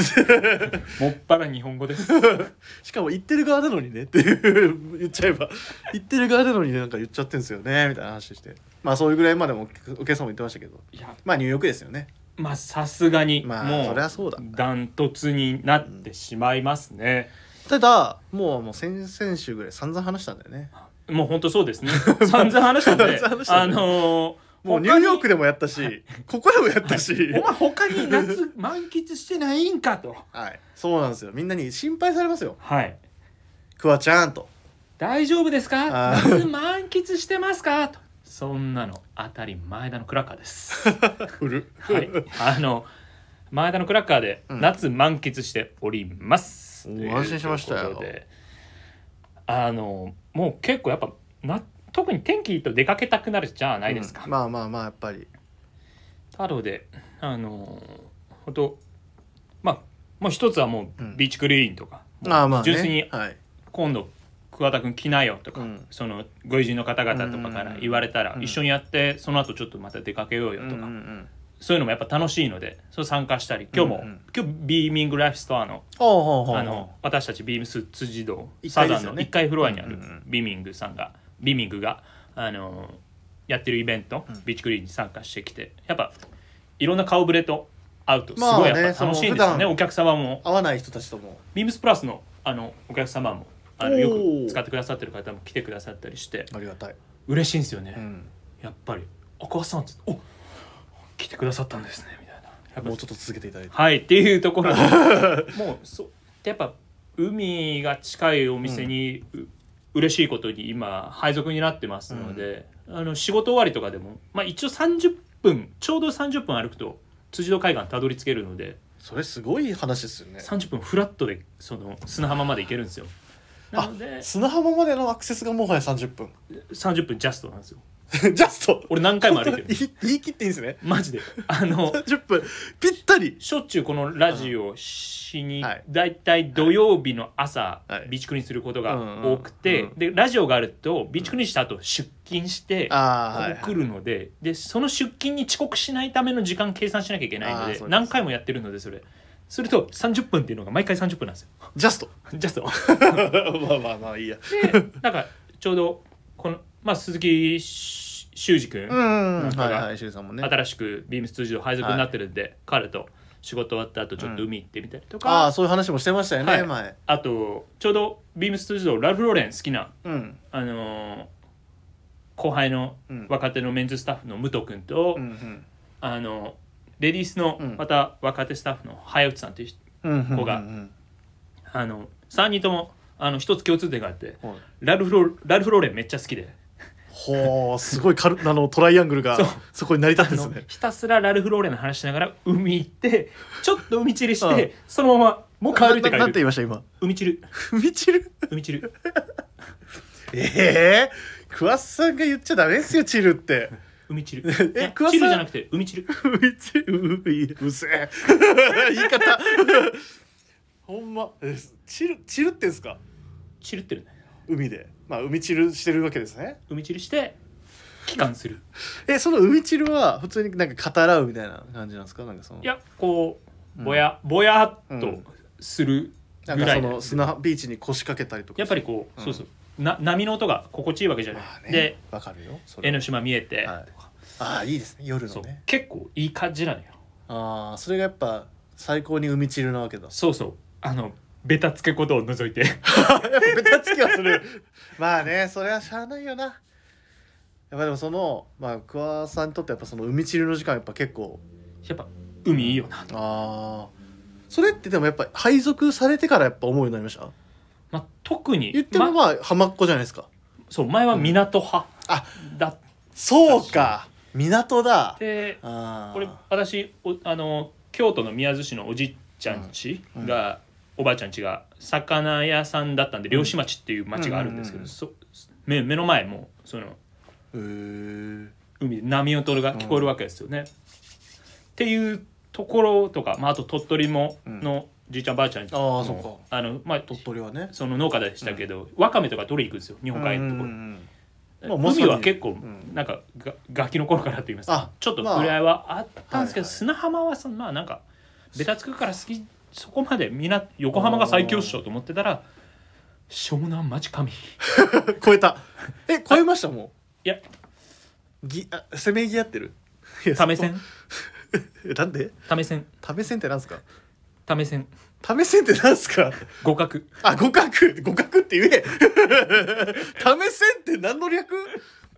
もっぱら日本語です。 しかも言ってる側なのにねっていう言っちゃえば言ってる側なのにねなんか言っちゃってんですよねみたいな話してまあそういうぐらいまでもお客さんも言ってましたけどいやまあニューヨークですよねまあさすがに、まあもうそりゃそうだダントツになってしまいますね、ただもうもう先々週ぐらい散々話したんだよねもう本当そうです ね散々話したんで散々話したあねのー、もうニューヨークででもやったし、ここでもやったし、 お前他に夏満喫してないんかとはい、そうなんですよみんなに心配されますよはいクワちゃんと大丈夫ですかあー夏満喫してますかとそんなの当たり前田のクラッカーです売るはいあの前田のクラッカーでうん夏満喫しております、ますおー安心しましたよということであのもう結構やっぱな特に天気いいと出かけたくなるじゃないですか、うんまあまあまあやっぱりなのであの本当まあもう一つはもうんうビーチクリーンとか、もうまあまあね純粋にはい今度桑田君来なよとか、うんそのご友人の方々とかから言われたら、うん一緒にやってその後ちょっとまた出かけようよとか、うんうんうんそういうのもやっぱ楽しいのでそう参加したり今日も、うんうん今日ビーミングライフストアのほうほうほうあの私たちビームス辻堂一サ階でザすンよのね1階フロアにあうるんうんうんビーミングさんがビーミングがあのやってるイベント、うんビーチクリーンに参加してきてやっぱいろんな顔ぶれと会うとすまあごいねやっぱ楽しいんですよそね,、のお客様も合わない人たちともビームスプラスのあのお客様もあおのーよく使ってくださってる方も来てくださったりしてありがたい、嬉しいんですよね、うん、やっぱり「お母さん」って「お来てくださったんですね」みたいなやっぱもうちょっと続けていただいてはいっていうところでもうそうやっぱ海が近いお店に、う嬉しいことに今配属になってますので、あの仕事終わりとかでも、まあ、一応30分ちょうど30分歩くと辻堂海岸たどり着けるのでそれすごい話ですよね30分フラットでその砂浜まで行けるんですよなあので砂浜までのアクセスがもはや30分30分ジャストなんですよ ジャスト俺何回も歩いてる言い言い切っていいんですねマジであ の30分ぴったりしょっちゅうこのラジオをしに、はいだいたい土曜日の朝、はいビーチクリーンすることが多くて、うんうんうんでラジオがあるとビーチクリーンした後出勤して、ああ、はいここ来るのででその出勤に遅刻しないための時間計算しなきゃいけないあーのそうでです何回もやってるのでそれすると30分っていうのが毎回30分なんですよ ジャストジ ャストまあまあまあいいやでなんかちょうどこの、まあ、鈴木修二君、うんなんかはいはいシルさんもね新しくビームス通常配属になってるんで、彼と仕事終わった後ちょっと海行ってみたりとあか、あそういう話もしてましたよね、はい前あとちょうどビームス通常ラルフ・ローレン好きな、うんあのー後輩のうん若手のメンズスタッフの武藤君と、うんうんあのレディースのうんまた若手スタッフの早内さんという人、うんうん子がうんあの3人ともあの一つ共通点があってうんはいラルフローラルフ・ローレンめっちゃ好きでほうすごい軽あのトライアングルがそうそこに成り立っあてるんのですねひたすらラルフ・ローレンの話しながら海行っ てちょっと海散りして、うんそのままもう一回歩いて帰ななんて言るいました今海散るみち る海散るええ桑田さんが言っちゃダメですよチルって海散 えるいや桑チ田さんルじゃなくて海散るみちるういううせえ言い方ほんまえチルチルってんすか散るってるね海でまあ海チルしてるわけですね海散りして帰還するえその海チルは普通になんか語らうみたいな感じなんですかなんかそのいやこううんぼや、ぼやっうとんするぐならんいかそだよの砂ビーチに腰掛けたりとかやっぱりこう、うんそうそうな波の音が心地いいわけじゃない、まあねでわかるよそ江れノ島見えて、はいああいいですね夜そのうね結構いい感じなのよああそれがやっぱ最高に海チルなわけだそうそうあのベタつくことを除いて やっぱベタつきはするまあねそれはしゃあないよなやっぱでもそのまあ桑田さんにとってやっぱその海チルの時間やっぱ結構やっぱ海いいよなああそれってでもやっぱ配属されてからやっぱ思うようになりましたまあ、特に言ってもままあ浜っ子じゃないですかそう前は港派あだっそうか港だて、あーこれ私おあの京都の宮津市のおじいちゃん家うんが、おばあちゃん家が魚屋さんだったんで漁師町っていう町があるんですけど、うんうんうんそ目目の前もうそのへー海で波音が聞こえるわけですよね。っていうところとか、まあ、あと鳥取もうんのじいちゃんばあちゃんあも、ーそっかあのまあ、鳥取はねその農家でしたけど、わかめとか取りに行くんですよ日本海のところ。うんうんうんまあまさに海は結構、んなんかがガキの頃からって言いますあかちょっとまあ触れ合いはあったんですけど、はいはい砂浜はそのまあなんかベタつくから好きそこまでみんな横浜が最強っしょと思ってたら湘南町神い超えたえ超えましたもやうぎあ攻めぎ合ってる為戦えなんで為戦為戦ってなんですか為戦為戦ってなんですか合格あ互角互角って言え 為戦って何の略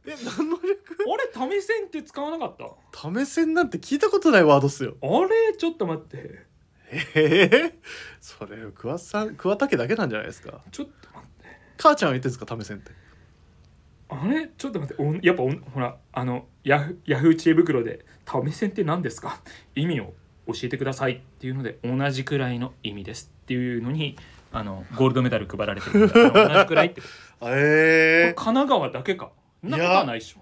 え何の略 あれ為戦って使わなかった為戦なんて聞いたことないワードっすよあれちょっと待ってええそれ桑田さん桑田家だけなんじゃないですかちょっと待って母ちゃんは言ってんですか為戦ってあれちょっと待っておんやっぱおんほらあのヤフヤフー知恵袋で「為戦って何ですか?」意味を教えてくださいっていうので同じくらいの意味ですっていうのにあのゴールドメダル配られてるのと同じくらいってこれええ神奈川だけかそんなことはないでしょ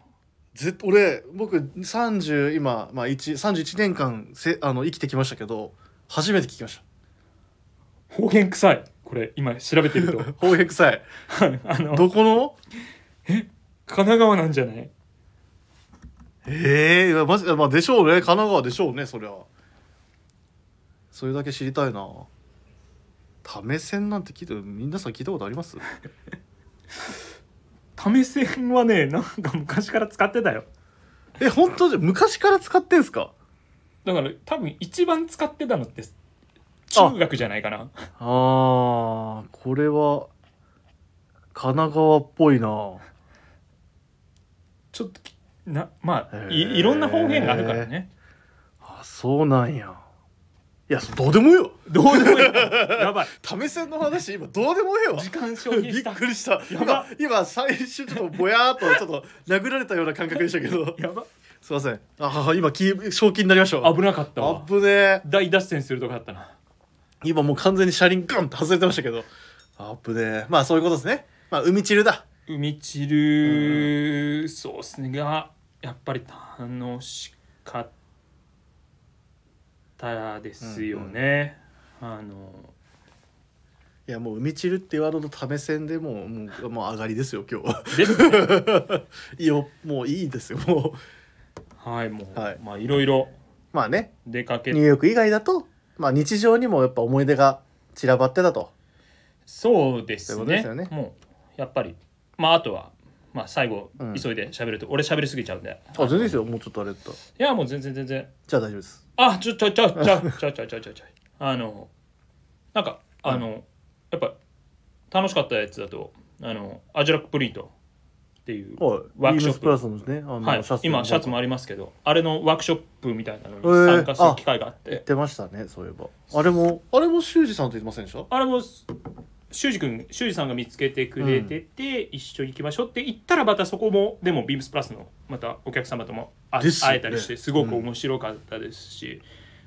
ずっと俺僕30今、まあ、1 31年間せあの生きてきましたけど初めて聞きまし方言臭いこれ今調べて るとた方言臭いあの神どこの奈川なんじゃないええまじまあでしょうね神奈川でしょうねそりゃそれだけ知りたいな為線なんて聞いて皆さん聞いたことあります 為線はねなんか昔から使ってたよえ本当じゃ昔から使ってんすかだから多分一番使ってたのって中学じゃないかなあーこれは神奈川っぽいなちょっときなまあへーいいろんな方言があるからねあそうなんやいやそどうでもよどうでもいい やばい為線の話今どうでもええわ時間消費びしったくりしたやば今今最初ちょっとぼやーっとちょっと殴られたような感覚でしたけどやばすいませんあ今き正気になりました危なかったあわぶねえ大脱線するとこだったな今もう完全に車輪ガンって外れてましたけどあぶねえまあそういうことですねまあ海チルだ海散るそうっすねがやっぱり楽しかったですよね、あのいやもう海チルってワードと為線でもうもうもう上がりですよ今日 はですねいいよもういいですよもうはいもう、はいまあいろいろまあね出かけニューヨーク以外だと、まあ、日常にもやっぱ思い出が散らばってたとそうですということでねすよねもうやっぱりまああとはまあ最後、うん急いで喋ると俺喋りすぎちゃうんであ全然ですよもうちょっとあれだったいやもう全然全然じゃあ大丈夫ですあちょちょちょちょちょちょちょちょちょあのなんかあの、やっぱ楽しかったやつだとあのアジュラックプリントっていうはいワークショップビームスプラスのですねあの、はい、ツ今シャツもありますけどあれのワークショップみたいなのにへー参加する機会があって、出ましたねそういえばあれもあれも修二さんと言ってませんでしたあれも修二君修二さんが見つけてくれてて、一緒に行きましょうって言ったらまたそこもでもビームスプラスのまたお客様ともあですよ会ねえたりしてすごく面白かったですし、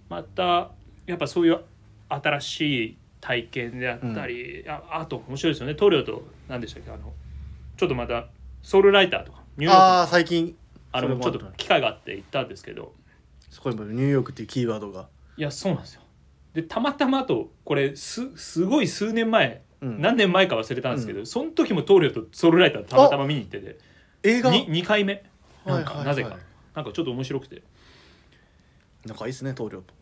またやっぱそういう新しい体験であったり、ああと面白いですよね塗料と何でしたっけあのちょっとまたソウルライターとかニューヨーあクあー最近あれもちょっと機会があって行ったんですけどそこにもニューヨークっていうキーワードが、いやそうなんですよでたまたまあとこれすすごい数年前うん、何年前か忘れたんですけど、その時も棟梁とソウルライターたまたま見に行ってて映画に 2, 回目はないんか、はいはいなぜかなんかちょっと面白くて仲いいですね棟梁と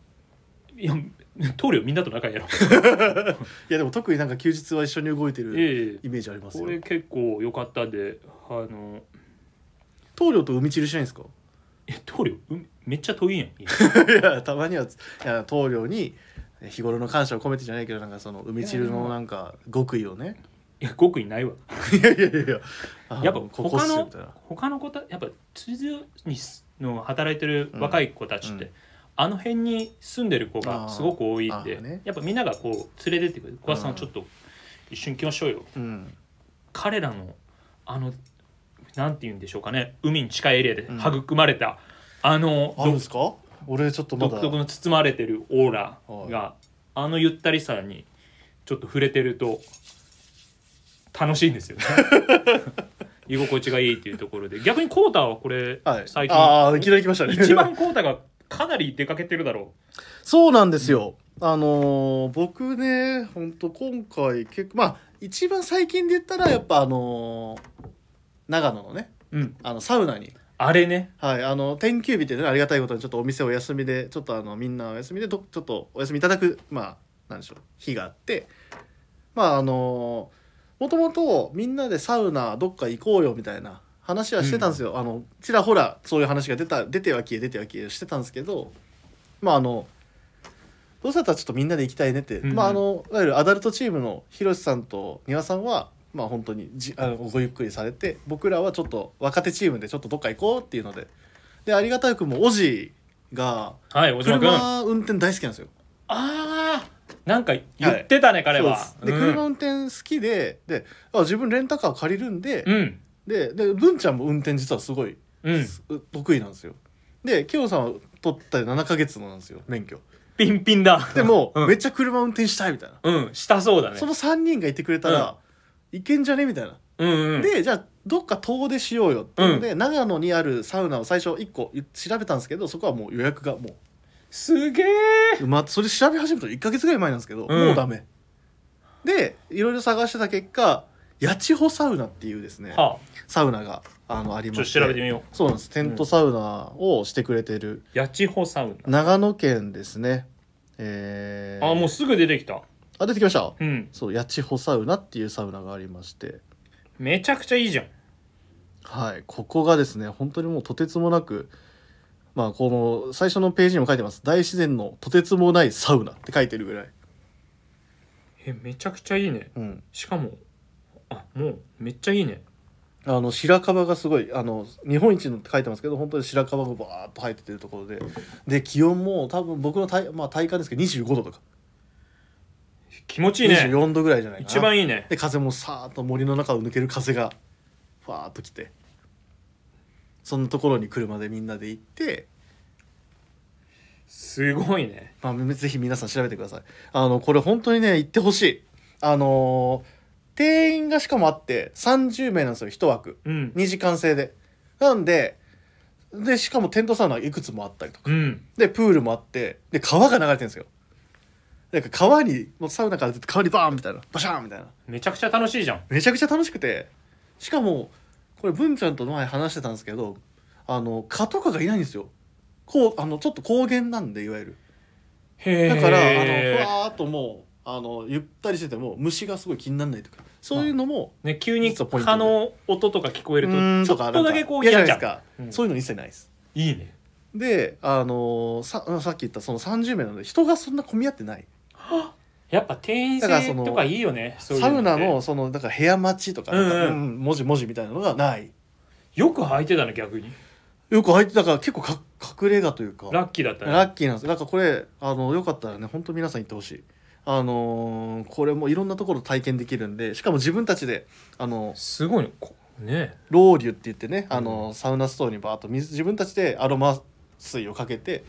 いや棟梁みんなと仲いいやろいやでも特になんか休日は一緒に動いてるええイメージありますこよれ結構良かったんであの棟梁と海散りしないんですかえ棟梁うんめっちゃ遠いやん今いやたまにはいや棟梁に日頃の感謝を込めてじゃないけどなんかその海散りのなんか極意をねいや極意ないわいやいやいやいやあやっぱもうここっ他すよのみたいな他の子たやっぱ通常にすの働いてる若い子たちって、うんあの辺に住んでる子がすごく多いんあで、ーねやっぱみんながこう連れてってくれる「小林さんちょっと一緒に行きましょうよ」うん彼らのあのなんて言うんでしょうかね海に近いエリアでうん育まれた、あのあるんですか俺ちょっとま独だ特の包まれてるオーラが、あのゆったりさにちょっと触れてると楽しいんですよ ね居心地がいいっていうところで逆にコータはこれ、はい最ああ近いきなり来ましたね一番コータがかなり出かけてるだろそうなんですよ。あのー僕ね、本当今回結構まあ一番最近で言ったらやっぱあのー長野のね、う、うん、あのサウナに。あれねはい、あの天休日ってねありがたいことにちょっとお店お休みでちょっとあのみんなお休みでどちょっとお休みいただくまあなんでしょう日があってまああのもともとみんなでサウナどっか行こうよみたいな話はしてたんですよ、あのちらほらそういう話が出た出ては消え出ては消えしてたんですけどまああのどうせだったらちょっとみんなで行きたいねって、うんうんまああのいわゆるアダルトチームのひろしさんと丹羽さんはまあ本当にじあのごゆっくりされて僕らはちょっと若手チームでちょっとどっか行こうっていうのででありがたくもおじがはい小島君あ車運転大好きなんですよ。あーなんか言ってたね、彼はそうですで車運転好きでであ自分レンタカー借りるんでうん、うんでで文ちゃんも運転実はすごいうんす得意なんですよ。で清野さんは取った7ヶ月のなんですよ免許。ピンピンだでも、うんめっちゃ車運転したいみたいな、うんしたそうだねその3人がいてくれたら、いけんじゃねみたいな、うんうんでじゃあどっか遠出しようよっていうので、長野にあるサウナを最初1個調べたんですけどそこはもう予約がもすげえう埋まってそれ調べ始めたの1か月ぐらい前なんですけど、うんもうダメでいろいろ探してた結果八千穂サウナっていうですねはあサウナがあのありちまょっとして調べてみよそうなんですテントサウナをしてくれてるう八千穂サウ長野県ですねえナー、あもうすぐ出てきたあ出てきましたうんそう八千穂サウナっていうサウナがありましてめちゃくちゃいいじゃんはい、ここがですね本当にもうとてつもなく、まあ、この最初のページにも書いてます「大自然のとてつもないサウナ」って書いてるぐらい、えめちゃくちゃいいねうん、しかもあもうめっちゃいいねあの白樺がすごいあの日本一のって書いてますけど本当に白樺がバーッと生えててるところでで気温も多分僕の体,、まあ、体感ですけど25度とか気持ちいいね24度ぐらいじゃないかな一番いいねで風もさーっと森の中を抜ける風がファーっと来てそのところに車でみんなで行ってすごいねまあ、ぜひ皆さん調べてください。あの、これ本当にね、行ってほしい。あのー定員がしかもあって、30名なんですよ、1枠。うん2時間制で。なんで、で、しかもテントサウナいくつもあったりとか。うんで、プールもあって、で、川が流れてるんですよ。なんか川に、もうサウナから出て川にバーンみたいな、バシャーンみたいな。めちゃくちゃ楽しいじゃんめちゃくちゃ楽しくて、しかも、これ、文ちゃんと前話してたんですけど、あの、蚊とかがいないんですよ。こう、あの、ちょっと高原なんで、いわゆる。へえだからあのふわーっともうあのゆったりしてても虫がすごい気にならないとかそういうのもね、急に実はポイントで蚊の音とか聞こえるとうーんちょっかとだけこう嫌なんか嫌じじゃゃんないですうか、んそういうの一切ないですいいねであのささっき言ったその30名なので人がそんな混み合ってないやっぱ店員だからそ制のとかいいよねそういうサウナってのそのだから部屋待ちとかうんうんなんかうん文字文字みたいなのがないよく履いてたの逆によく入ってだから結構か隠れ家というかラッキーだったねラッキーなんですだからこれあのよかったらね本当皆さん行ってほしいあのーこれもいろんなところ体験できるんでしかも自分たちであのすごいねこねロウリュって言ってね、うんあのサウナストーンにバーッと水自分たちでアロマ水をかけて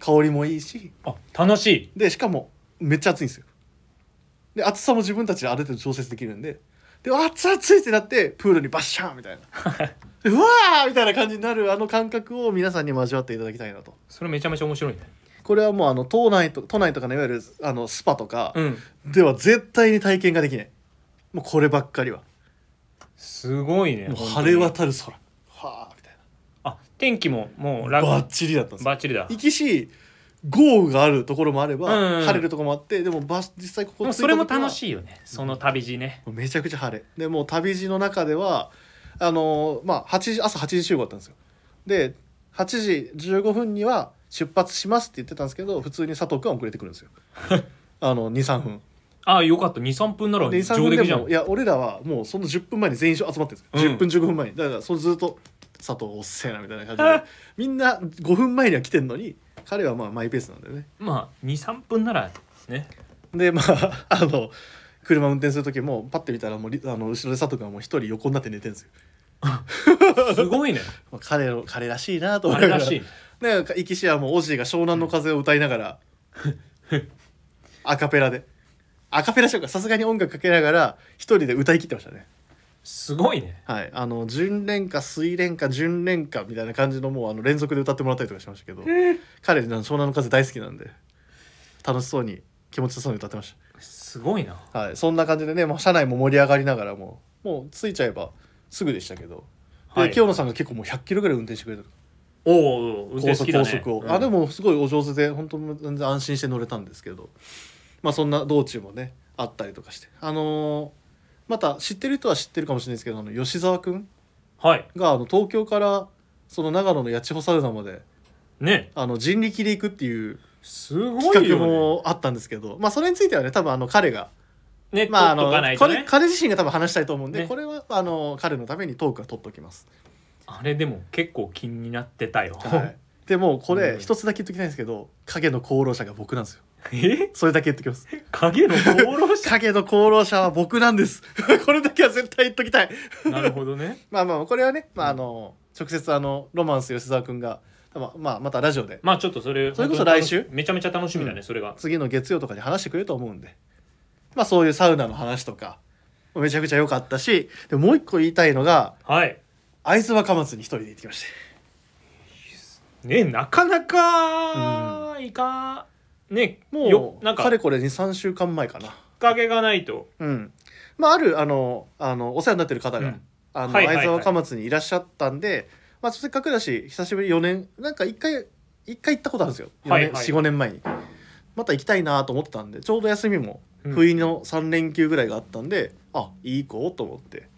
香りもいいしあ楽しいでしかもめっちゃ暑いんですよで暑さも自分たちである程度調節できるんでで熱々いってなってプールにバッシャーンみたいな でうわーみたいな感じになるあの感覚を皆さんに交わっていただきたいなとそれめちゃめちゃ面白いねこれはもうあの島内と都内とかのいわゆるあのスパとかうんでは絶対に体験ができないもうこればっかりはすごいねもう本当に晴れ渡る空はあみたいあ天気ももうなラバッッチリだったんですよバッチリだ行きし豪雨があるところもあれば、うんうん晴れるところもあってでもバス実際ここでもそれも楽しいよねその旅路ねいめちゃくちゃ晴れでもう旅路の中ではあのーまあ8時朝8時集合だったんですよで8時15分には出発しますって言ってたんですけど普通に佐藤君は遅れてくる んですよあの23分あよかった23分ならで上23分出来じでゃもんいや俺らはもうその10分前に全員集まってるんですよ、うん10分15分前にだからそれずっと佐藤おっせえなみたいな感 じでみんな5分前には来てんのに彼はまあマイペースなんだよねまあ23分なら ねでまあ あの車運転する時もパッて見たらもうりあの後ろで佐藤君がもう一人横になって寝てるんですよ、すごいねまあ、彼の彼らしい なと思あいなれがららしいでね行きしはもうオジーが湘南の風を歌いながらアカペラでアカペラしようかさすがに音楽かけながら一人で歌い切ってましたねすごいねはいあの純恋歌水恋歌純恋歌みたいな感じのもうあの連続で歌ってもらったりとかしましたけど彼あの湘南の風大好きなんで楽しそうに気持ちよそうに歌ってましたすごいなはい、そんな感じでね、まあ、社内も盛り上がりながらももう着いちゃえばすぐでしたけど、はいで清野さんが結構もう100キロぐらい運転してくれたおお運転高好速きだ高ね速を、うんあでもすごいお上手で本当全然安心して乗れたんですけど、まあ、そんな道中もねあったりとかしてあのーまた知ってる人は知ってるかもしれないですけどあの吉沢君はいがあの東京からその長野の八千穂サウナまでねあの人力で行くっていうすごい企画よもあったんですけど、まあそれについてはね多分あの彼がねねまあ、あ取っとかのないことれね彼自身が多分話したいと思うんで、ねこれはあの彼のためにトークは取ってお きます。あれでも結構気になってたよ、はい、でもこうれん一つだけ言っときたいんですけど影の功労者が僕なんですよ。 えそれだけ言っと きます。影の功労者 影の功労者は僕なんです。 これだけは絶対言っときたい。なるほどねまあまあこれはね、まあ、あの直接あのロマンス吉沢君がまあまあまたラジオでまあちょっとそれそれこそ来週めちゃめちゃ楽しみだね、それが次の月曜とかに話してくれると思うんでまあそういうサウナの話とかめちゃくちゃ良かったしでもう一個言いたいのがはい会津若松に一人で行ってきましてねなかなかいか、ねもようなんかかれこれ23週間前かなきっかけがないとうんまああるあのあのお世話になってる方が、うんあのはいはいはい会津若松にいらっしゃったんで、まあ、せっかくだし久しぶり4年なんか1回一回行ったことあるんですよ、はいはい45年前にまた行きたいなと思ってたんでちょうど休みもうん不意の3連休ぐらいがあったんで、あいい子と思って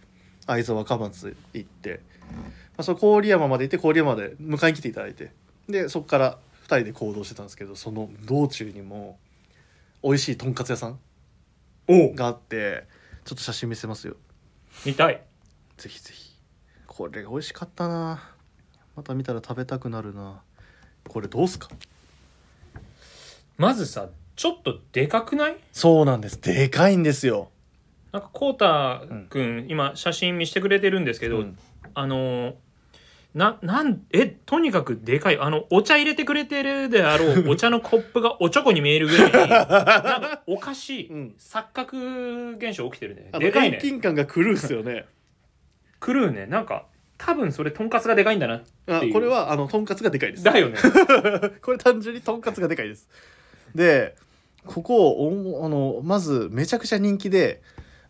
会津若松行って、まあ、その郡山まで行って郡山まで迎えに来ていただいてでそこから2人で行動してたんですけどその道中にも美味しいとんかつ屋さんおうがあってちょっと写真見せますよ見たいぜひぜひこれ美味しかったなまた見たら食べたくなるなこれどうすかまずさちょっとでかくないそうなんですでかいんですよなんかこうたくん、今写真見してくれてるんですけど、うんあのーななんえとにかくでかいあのお茶入れてくれてるであろ うお茶のコップがおちょこに見えるぐらいになんかおかしい、うん錯覚現象起きてるねあのでかい遠ね近感が狂うっすよ ね狂うねなんか多分それとんかつがでかいんだなっあていうこれはあのとんかつがでかいですだよね これ単純にとんかつがでかいですでここおあのまずめちゃくちゃ人気で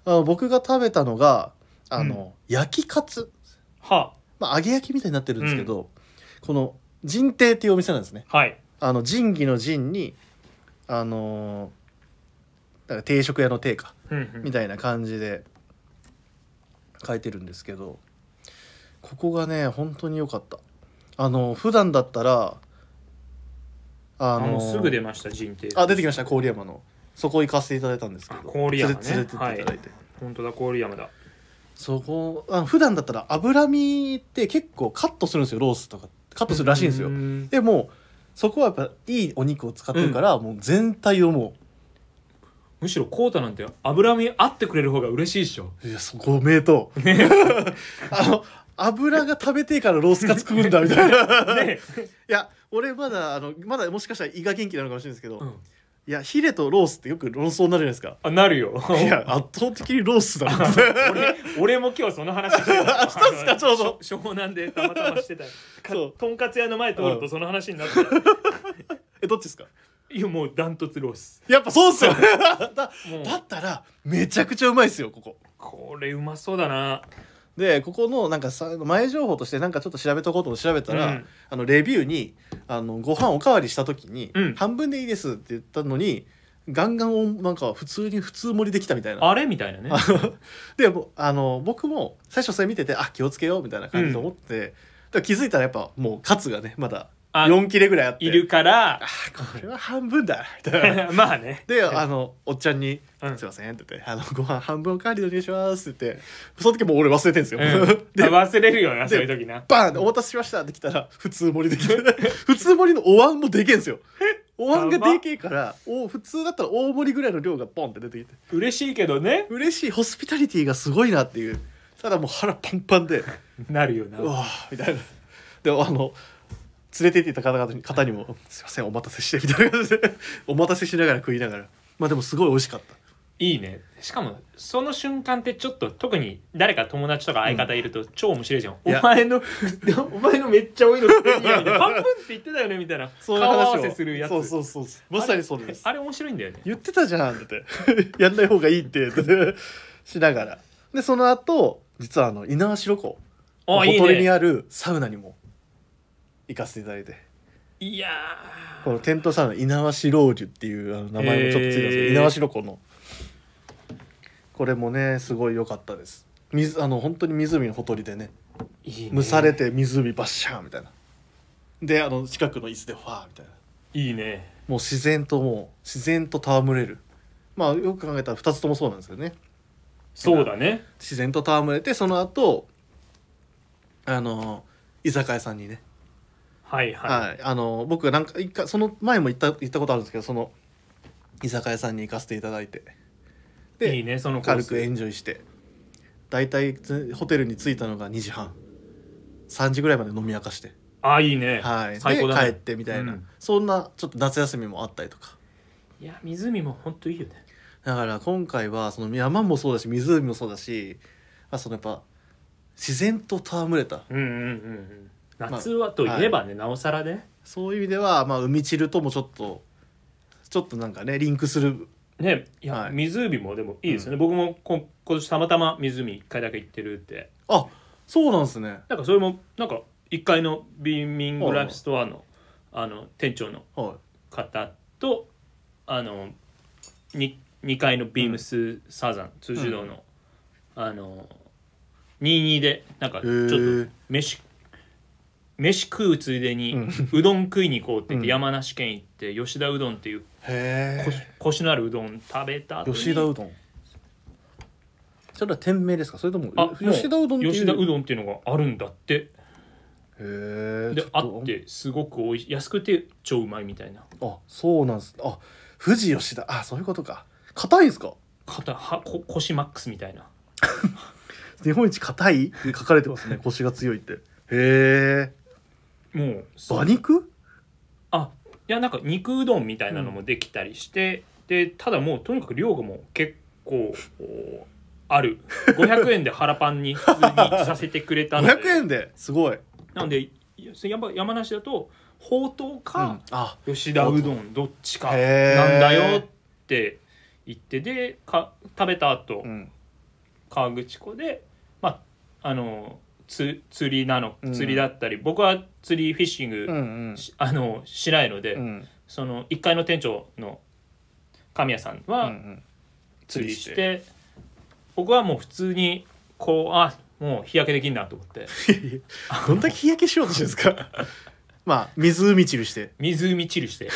あの僕が食べたのがあの、焼きカツはまあ、揚げ焼きみたいになってるんですけど、この陣亭っていうお店なんですねあはいあの仁義の陣にあのーだから定食屋の亭かうんうみんたいな感じで書いてるんですけどここがね本当に良かったあの普段だったらああのーのすぐ出ました人ってあ出てきました郡山のそこ行かせていただいたんですけどあ郡山ね連れて連れてっていただいて、本当だ郡山だそこあ普段だったら脂身って結構カットするんですよロースとかカットするらしいんですよ、うでもそこはやっぱいいお肉を使ってるから、もう全体をもむしろこうたなんて脂身あってくれる方が嬉しいっしょういやそこ名刀 あの油が食べてえからロースカツ食うんだみたいな、ね いや俺まだあのまだもしかしたら胃が元気なのかもしれないですけど、うんいやヒレとロースってよく論争になるじゃないですかあなるよいや圧倒的にロースだな 俺俺も今日その話して たしたんすかちょうどしょ湘南でたまたましてたか そうとんかつ屋の前通るうんとその話になってえどっちですかいやもうダントツロースやっぱそうっすよね だもうだったらめちゃくちゃうまいっすよこここれうまそうだなでここのなんかさ前情報としてなんかちょっと調べとこうと思って調べたら、うんあのレビューにあのご飯おかわりした時に、うん半分でいいですって言ったのにガンガンおなんか普通に普通盛りできたみたいなあれみたいなね でもうあの僕も最初それ見ててあ気をつけようみたいな感じと思って、でも気づいたらやっぱもうカツがねまだあ4切れぐらいあっているからあこれは半分だみたい なまあねであのおっちゃんに「うんすいません」って言って「あのご飯半分おかわりお願いします」って言ってその時もう俺忘れてるんですよ、うん、 で忘れるよなそういう時なバーンお待たせしましたって来たら普通盛りできて 普通盛りのお椀もでけえんですよお椀がでけえからお普通だったら大盛りぐらいの量がポンって出てきて嬉しいけどね嬉しいホスピタリティがすごいなっていうただもう腹パンパンでなるようなわーみたいなであの連れて行っていた方々に方にも「すいませんお待たせして」みたいな感じで お待たせしながら食いながらまあでもすごい美味しかったいいねしかもその瞬間ってちょっと特に誰か友達とか相方いると超面白いじゃん、いやお前の お前のめっちゃ多いの食っていいや みたいな半分って言ってたよねみたいなそういう顔話を合わせするやつそうそうそうそうまさにそうですあれ面白いんだよね言ってたじゃんって やんない方がいいって ってしながらでその後実はあの猪苗代湖あほいいとりにねあるサウナにも行かせていただいていやこのテントサウナ猪苗代流っていうあの名前もちょっとついてますけへーど猪苗代湖のこれもねすごい良かったです水あの本当に湖のほとりでねーいいね蒸されて湖バッシャーみたいなであの近くの椅子でファーみたいないいねもう自然ともう自然と戯れるまあよく考えたら2つともそうなんですよねそうだね自然と戯れてその後あの居酒屋さんにね、はいはい、はいあの僕がなんか一回その前も行った行ったことあるんですけどその居酒屋さんに行かせていただいてでいいねそのコー軽スくエンジョイして大体つホテルに着いたのが2時半3時ぐらいまで飲み明かしてあいいね、はい、で最高だね帰ってみたいな、うんそんなちょっと夏休みもあったりとかい、や湖もほんといいよねだから今回はその山もそうだし湖もそうだしあそのやっぱ自然と戯れたうんうんうんうん夏はといえばね、なおさらねそういう意味では、まあ、海チルともちょっとちょっとなんかねリンクするねいや、はい湖もでもいいですよね、僕もこ今年たまたま湖1回だけ行ってるってあそうなんですねなんかそれもなんか1階のビーミングライフストアのあの店長のは方とあの 2, 2階のビームスサザン、通じ道の、あの22でなんかいちへょっーと飯飯食うついでにうんうどん食いに行こうって言ってうん山梨県行って吉田うどんっていうへコシコシのあるうどん食べたえ後に吉田うどんそれは店名ですかそれともあ吉田うどんっていう吉田うどんっていうのがあるんだってへえであってすごく美味しい安くて超うまいみたいなあそうなんですあ富士吉田あそういうことか硬いんですか肩はこ腰マックスみたいな日本一硬いって書かれ てますね腰が強いってへえもうそう馬肉あいやなんか肉うどんみたいなのもできたりして、でただもうとにかく量がもう結構おあ る500円で腹パンに普通にさせてくれたので500円ですごい、なのでやっぱ山梨だとほうとうあか、あ吉田うどんどっちかなんへーだよって言ってでか食べた後、うん河口湖で、まあ、あのつ釣りなのうん釣りだったり、僕は釣りフィッシング、うんうんしあのしないので、うんその1階の店長の神谷さんうはん釣りして,、僕はもう普通にこうあもう日焼けできんなと思ってどんだけ日焼けしようとしてるんで すかまあ湖チルして 湖チルして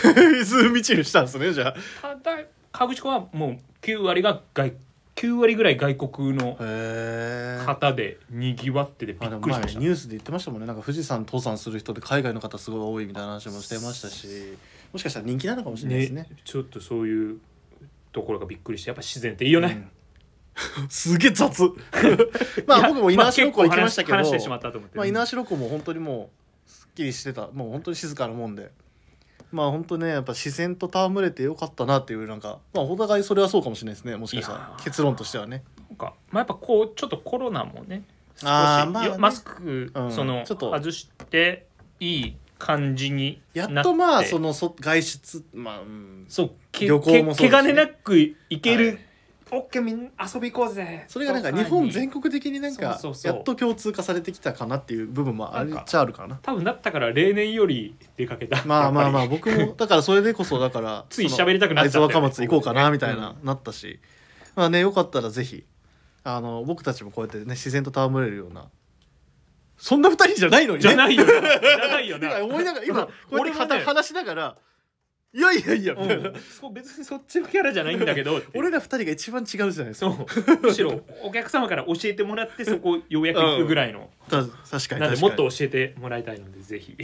湖チルしたんですねじゃあただ河口湖はもう9割が外9割ぐらい外国のへえ方でにぎわっててびあっでもくりし前ました、ニュースで言ってましたもんねなんか富士山登山する人で海外の方すごい多いみたいな話もしてましたしもしかしたら人気なのかもしれないですねねちょっとそういうところがびっくりしてやっぱ自然っていいよね、うん すげえ雑 まあ僕も稲足湖行きましたけまど、まあ結構話あ話してしまったと思って、稲足湖も本当にもうすっきりしてたもう本当に静かなもんでまあ本当ねやっぱ自然と戯れてよかったなっていうなんかまあお互いそれはそうかもしれないですねもしかしたいやらー結論としてはねなんか、まあ、やっぱこうちょっとコロナもね少しあーまあねよマスク、うんそのちょっと外していい感じになやってっとまあそのそ外出まあ、うん、そうけ旅行もそけうだ汚しねなく行けはるい、オッケーみんな遊び行こうぜそれがなんか日本全国国的になんかそうそうそうやっと共通化されてきたかなっていう部分もあるなんかっちゃあるかな多分だったから例年より出かけたまあまあまやっあぱ僕 もだからそれでこそだからつい喋りたくなっちゃったそよねの会津若松行こうかなみたいな、なったしまあねよかったらぜひあの僕たちもこうやってね自然と戯れるようなそんな二人じゃないのりにねじゃないよなじゃないよだかなら 思いながら今こうやって 俺も話,、ね話しながらいやいやいや、みたいなうん そう別にそっちのキャラじゃないんだけどって俺ら二人が一番違うじゃないですかそうむしろお客様から教えてもらってそこようやく行くぐらいの、た確かになん確でかにもっと教えてもらいたいのでぜひ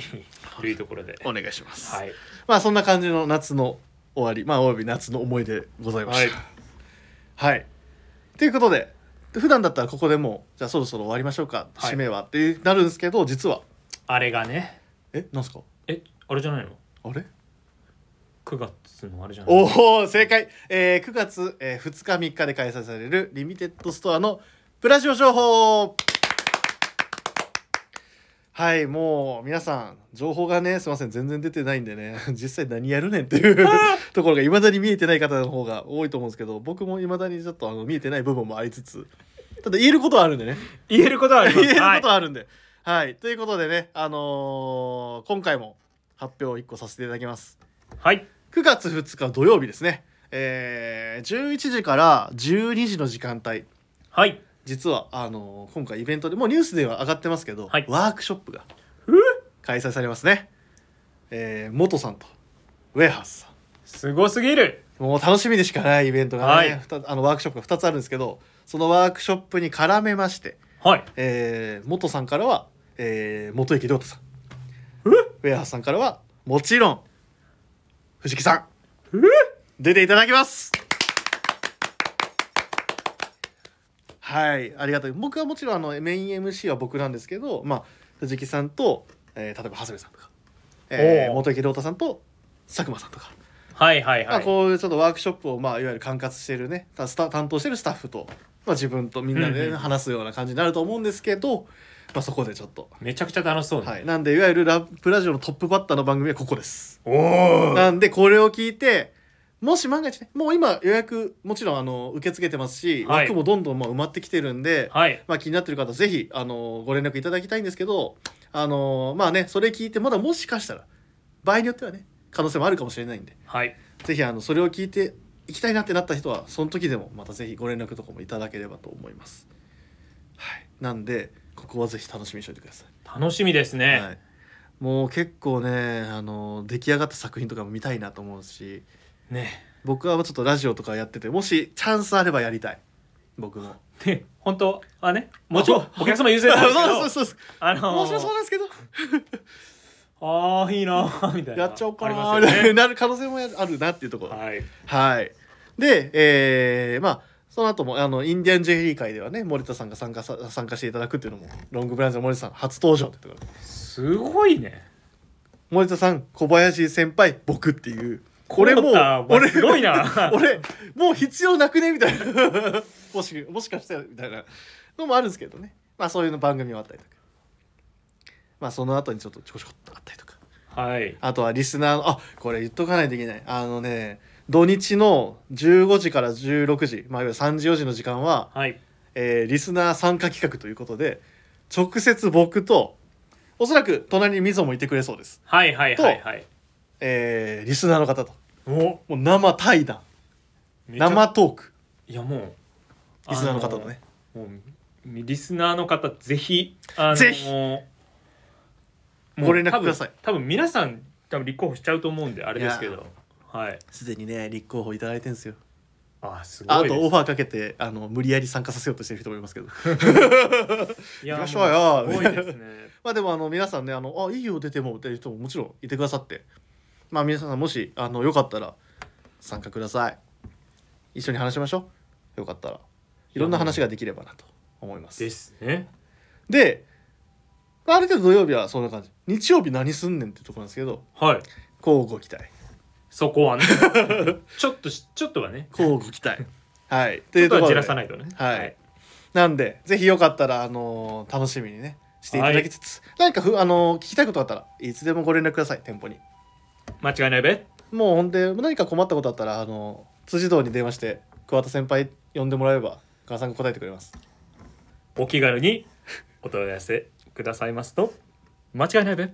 というところでお願いします、はいまあそんな感じの夏の終わりまあおよび夏の思い出ございました、はい。ということで、普段だったらここでもう、じゃあそろそろ終わりましょうか、はい締めはってなるんですけど、実は、あれがねえ、なんすかえあれじゃないのあれ9月のあれじゃないのおお、正解、えー !9 月、えー2日3日で開催されるリミテッドストアのプラジオ情報はい、もう皆さん、情報がね、すいません、全然出てないんでね、 実際何やるねんっていう ところがいまだに見えてない方の方が多いと思うんですけど、僕もいまだにちょっとあの見えてない部分もありつつ、ただ言えることはあるんでね。言える ことはありま言えするはいことはあるんで。はい、ということでね、あのー今回も発表を1個させていただきます。はい9月2日土曜日ですね、えー、11時から12時の時間帯、はい実はあのー今回イベントでもうニュースでは上がってますけど、はいワークショップがうっ開催されますね。えー、元さんとウェハースさん。すごすぎるもう楽しみでしかないイベントがね、はいふたあのワークショップが2つあるんですけどそのワークショップに絡めまして、はいえー、元さんからは、えー、元池亮太さんうウェアハースさんからはもちろん藤木さんう出ていただきますはいありがとう僕はもちろんあのメイン MC は僕なんですけど、まあ、藤木さんとえー例えば長谷部さんとか、えーおー本木亮太さんと佐久間さんとか、はいはいまはあ、い。こういうちょっとワークショップを、まあ、いわゆる管轄してるねたスタ担当してるスタッフと、まあ、自分とみんなでうんねうん話すような感じになると思うんですけど、まあ、そこでちょっと、めちゃくちゃ楽しそうね。はい、なんでいわゆるラップラジオのトップバッターの番組はここです。おおなんでこれを聞いてもし万が一ねもう今予約もちろんあの受け付けてますし、はい枠もどんどんまあ埋まってきてるんで、はい。まあ、気になってる方ぜひあのご連絡いただきたいんですけどあのまあねそれ聞いてまだもしかしたら場合によってはね可能性もあるかもしれないんではい。ぜひあのそれを聞いて行きたいなってなった人はその時でもまたぜひご連絡とかもいただければと思います。はい、なんでここはぜひ楽しみにしておいてください。楽しみですね。はい、もう結構ねあの出来上がった作品とかも見たいなと思うしね。僕はちょっとラジオとかやっててもしチャンスあればやりたい 僕もで、本当はね、もちろあんお客様優先なんですけど そうそうそうあの面白ーそうなんですけどああいいなーみたいな。やっちゃおうかなありますよね なる可能性もあるなっていうところはい、はい。でえー、まあその後もあのインディアンジェリー会ではね森田さんが参加さ参加していただくっていうのもロングブランチの森田さん初登場ってところすごいね。森田さん小林先輩僕っていうこれもコータは俺すごい な。 俺もう必要なくねみたいな もしもしかしたらみたいなのもあるんですけどねまあそういうの番組もあったりとかまあその後にちょっとちょこちょこっとあったりとかはい。あとはリスナーのあこれ言っとかないといけないあのね土日の15時から16時まあいわゆる3時4時の時間は、はい。えーリスナー参加企画ということで直接僕とおそらく隣にみぞもいてくれそうです、はいはいはいはい。えーリスナーの方とおもう生対談めちゃ生トークいやもうリスナーの方とね、あのもうリスナーの方ぜひあのぜひもうご連絡ください多分多分皆さん多分立候補しちゃうと思うんであれですけいどはいすでにね立候補いただいてんですよあすごあいですとオファーかけてあの無理やり参加させようとしてる人もいますけどいや行きましょうよもすごいですね まあでもあの皆さんね「あのあいいよ出ても」っていう人ももちろんいてくださってまあ皆さんもしあのよかったら参加ください一緒に話しましょうよかったらいろんな話ができればなと思いますですねでまあある程度土曜日はそんな感じ日曜日何すんねんってとこなんですけどはい交互期待そこはねちょっとしちょっとはね交互期待 はいっちょっとはじらでさないとねはいなんで、ぜひよかったら、あのー楽しみにね、していただきつつ、何かふ、あのー聞きたいことあったらいつでもご連絡ください、店舗に。間違いないべもうほんで、何か困ったことあったら、あのー辻堂に電話して、桑田先輩呼んでもらえば、母さんが答えてくれます。お気軽にお問い合わせくださいますと間違いないべ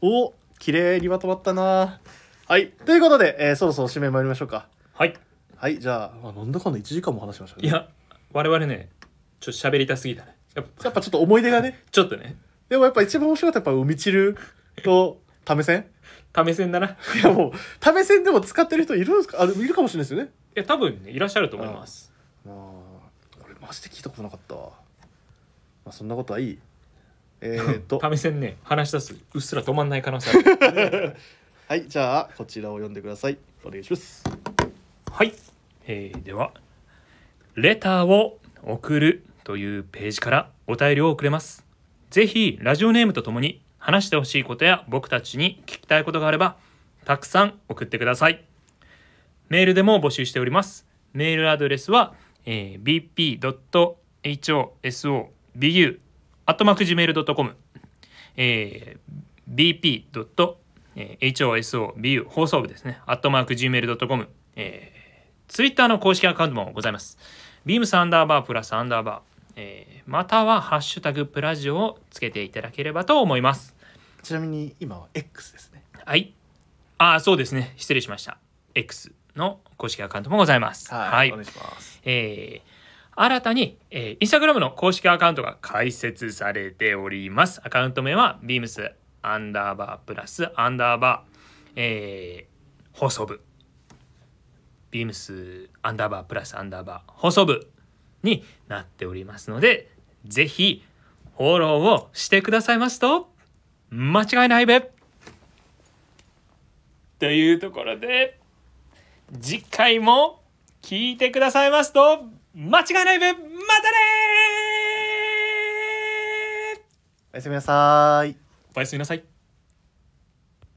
お綺麗にまとまったなはい、ということで、えーそろそろ締め参りましょうか。はいはい、じゃあ、あなんだかんだ1時間も話しましたね。い、や我々ねちょっと喋りたすぎたねやっぱやっぱちょっと思い出がね、ちょっとねでもやっぱ一番面白かったやっぱ海散ると、為せん試せんだないいやもう、為せんでも使ってる人いるんですかあいるかもしれないですよね。や多分ねいらっしゃると思いますまあ俺マジで聞いたことなかったわ、まあ、そんなことはいいえー、っ と試せんね話し出すうっすら止まんない可能性あるはいじゃあこちらを読んでくださいお願いします はい、えーでは「レターを送る」というページからお便りを送れますぜひラジオネームとともに話してほしいことや僕たちに聞きたいことがあればたくさん送ってくださいメールでも募集しておりますメールアドレスは、えー、bp.hosobu.gmail.com えー、bp. えー hosobu 放送部ですね、アットマーク gmail.com、えー、ツイッターの公式アカウントもございます。ビームスアンダーバープラスアンダーバー、えーまたはハッシュタグプラジオをつけていただければと思います。ちなみに今は X ですねはい。ああ、そうですね。失礼しました。X の公式アカウントもございます。お願いしますえー新たに、えー、インスタグラムの公式アカウントが開設されております。アカウント名は beams アンダーバープラスアンダーバー、えー放送部 beams アンダーバープラスアンダーバー放送部になっておりますので、ぜひフォローをしてくださいますと間違いないべというところで次回も聞いてくださいますと間違いないべまたねーおやすみなさーいおおやすみなさい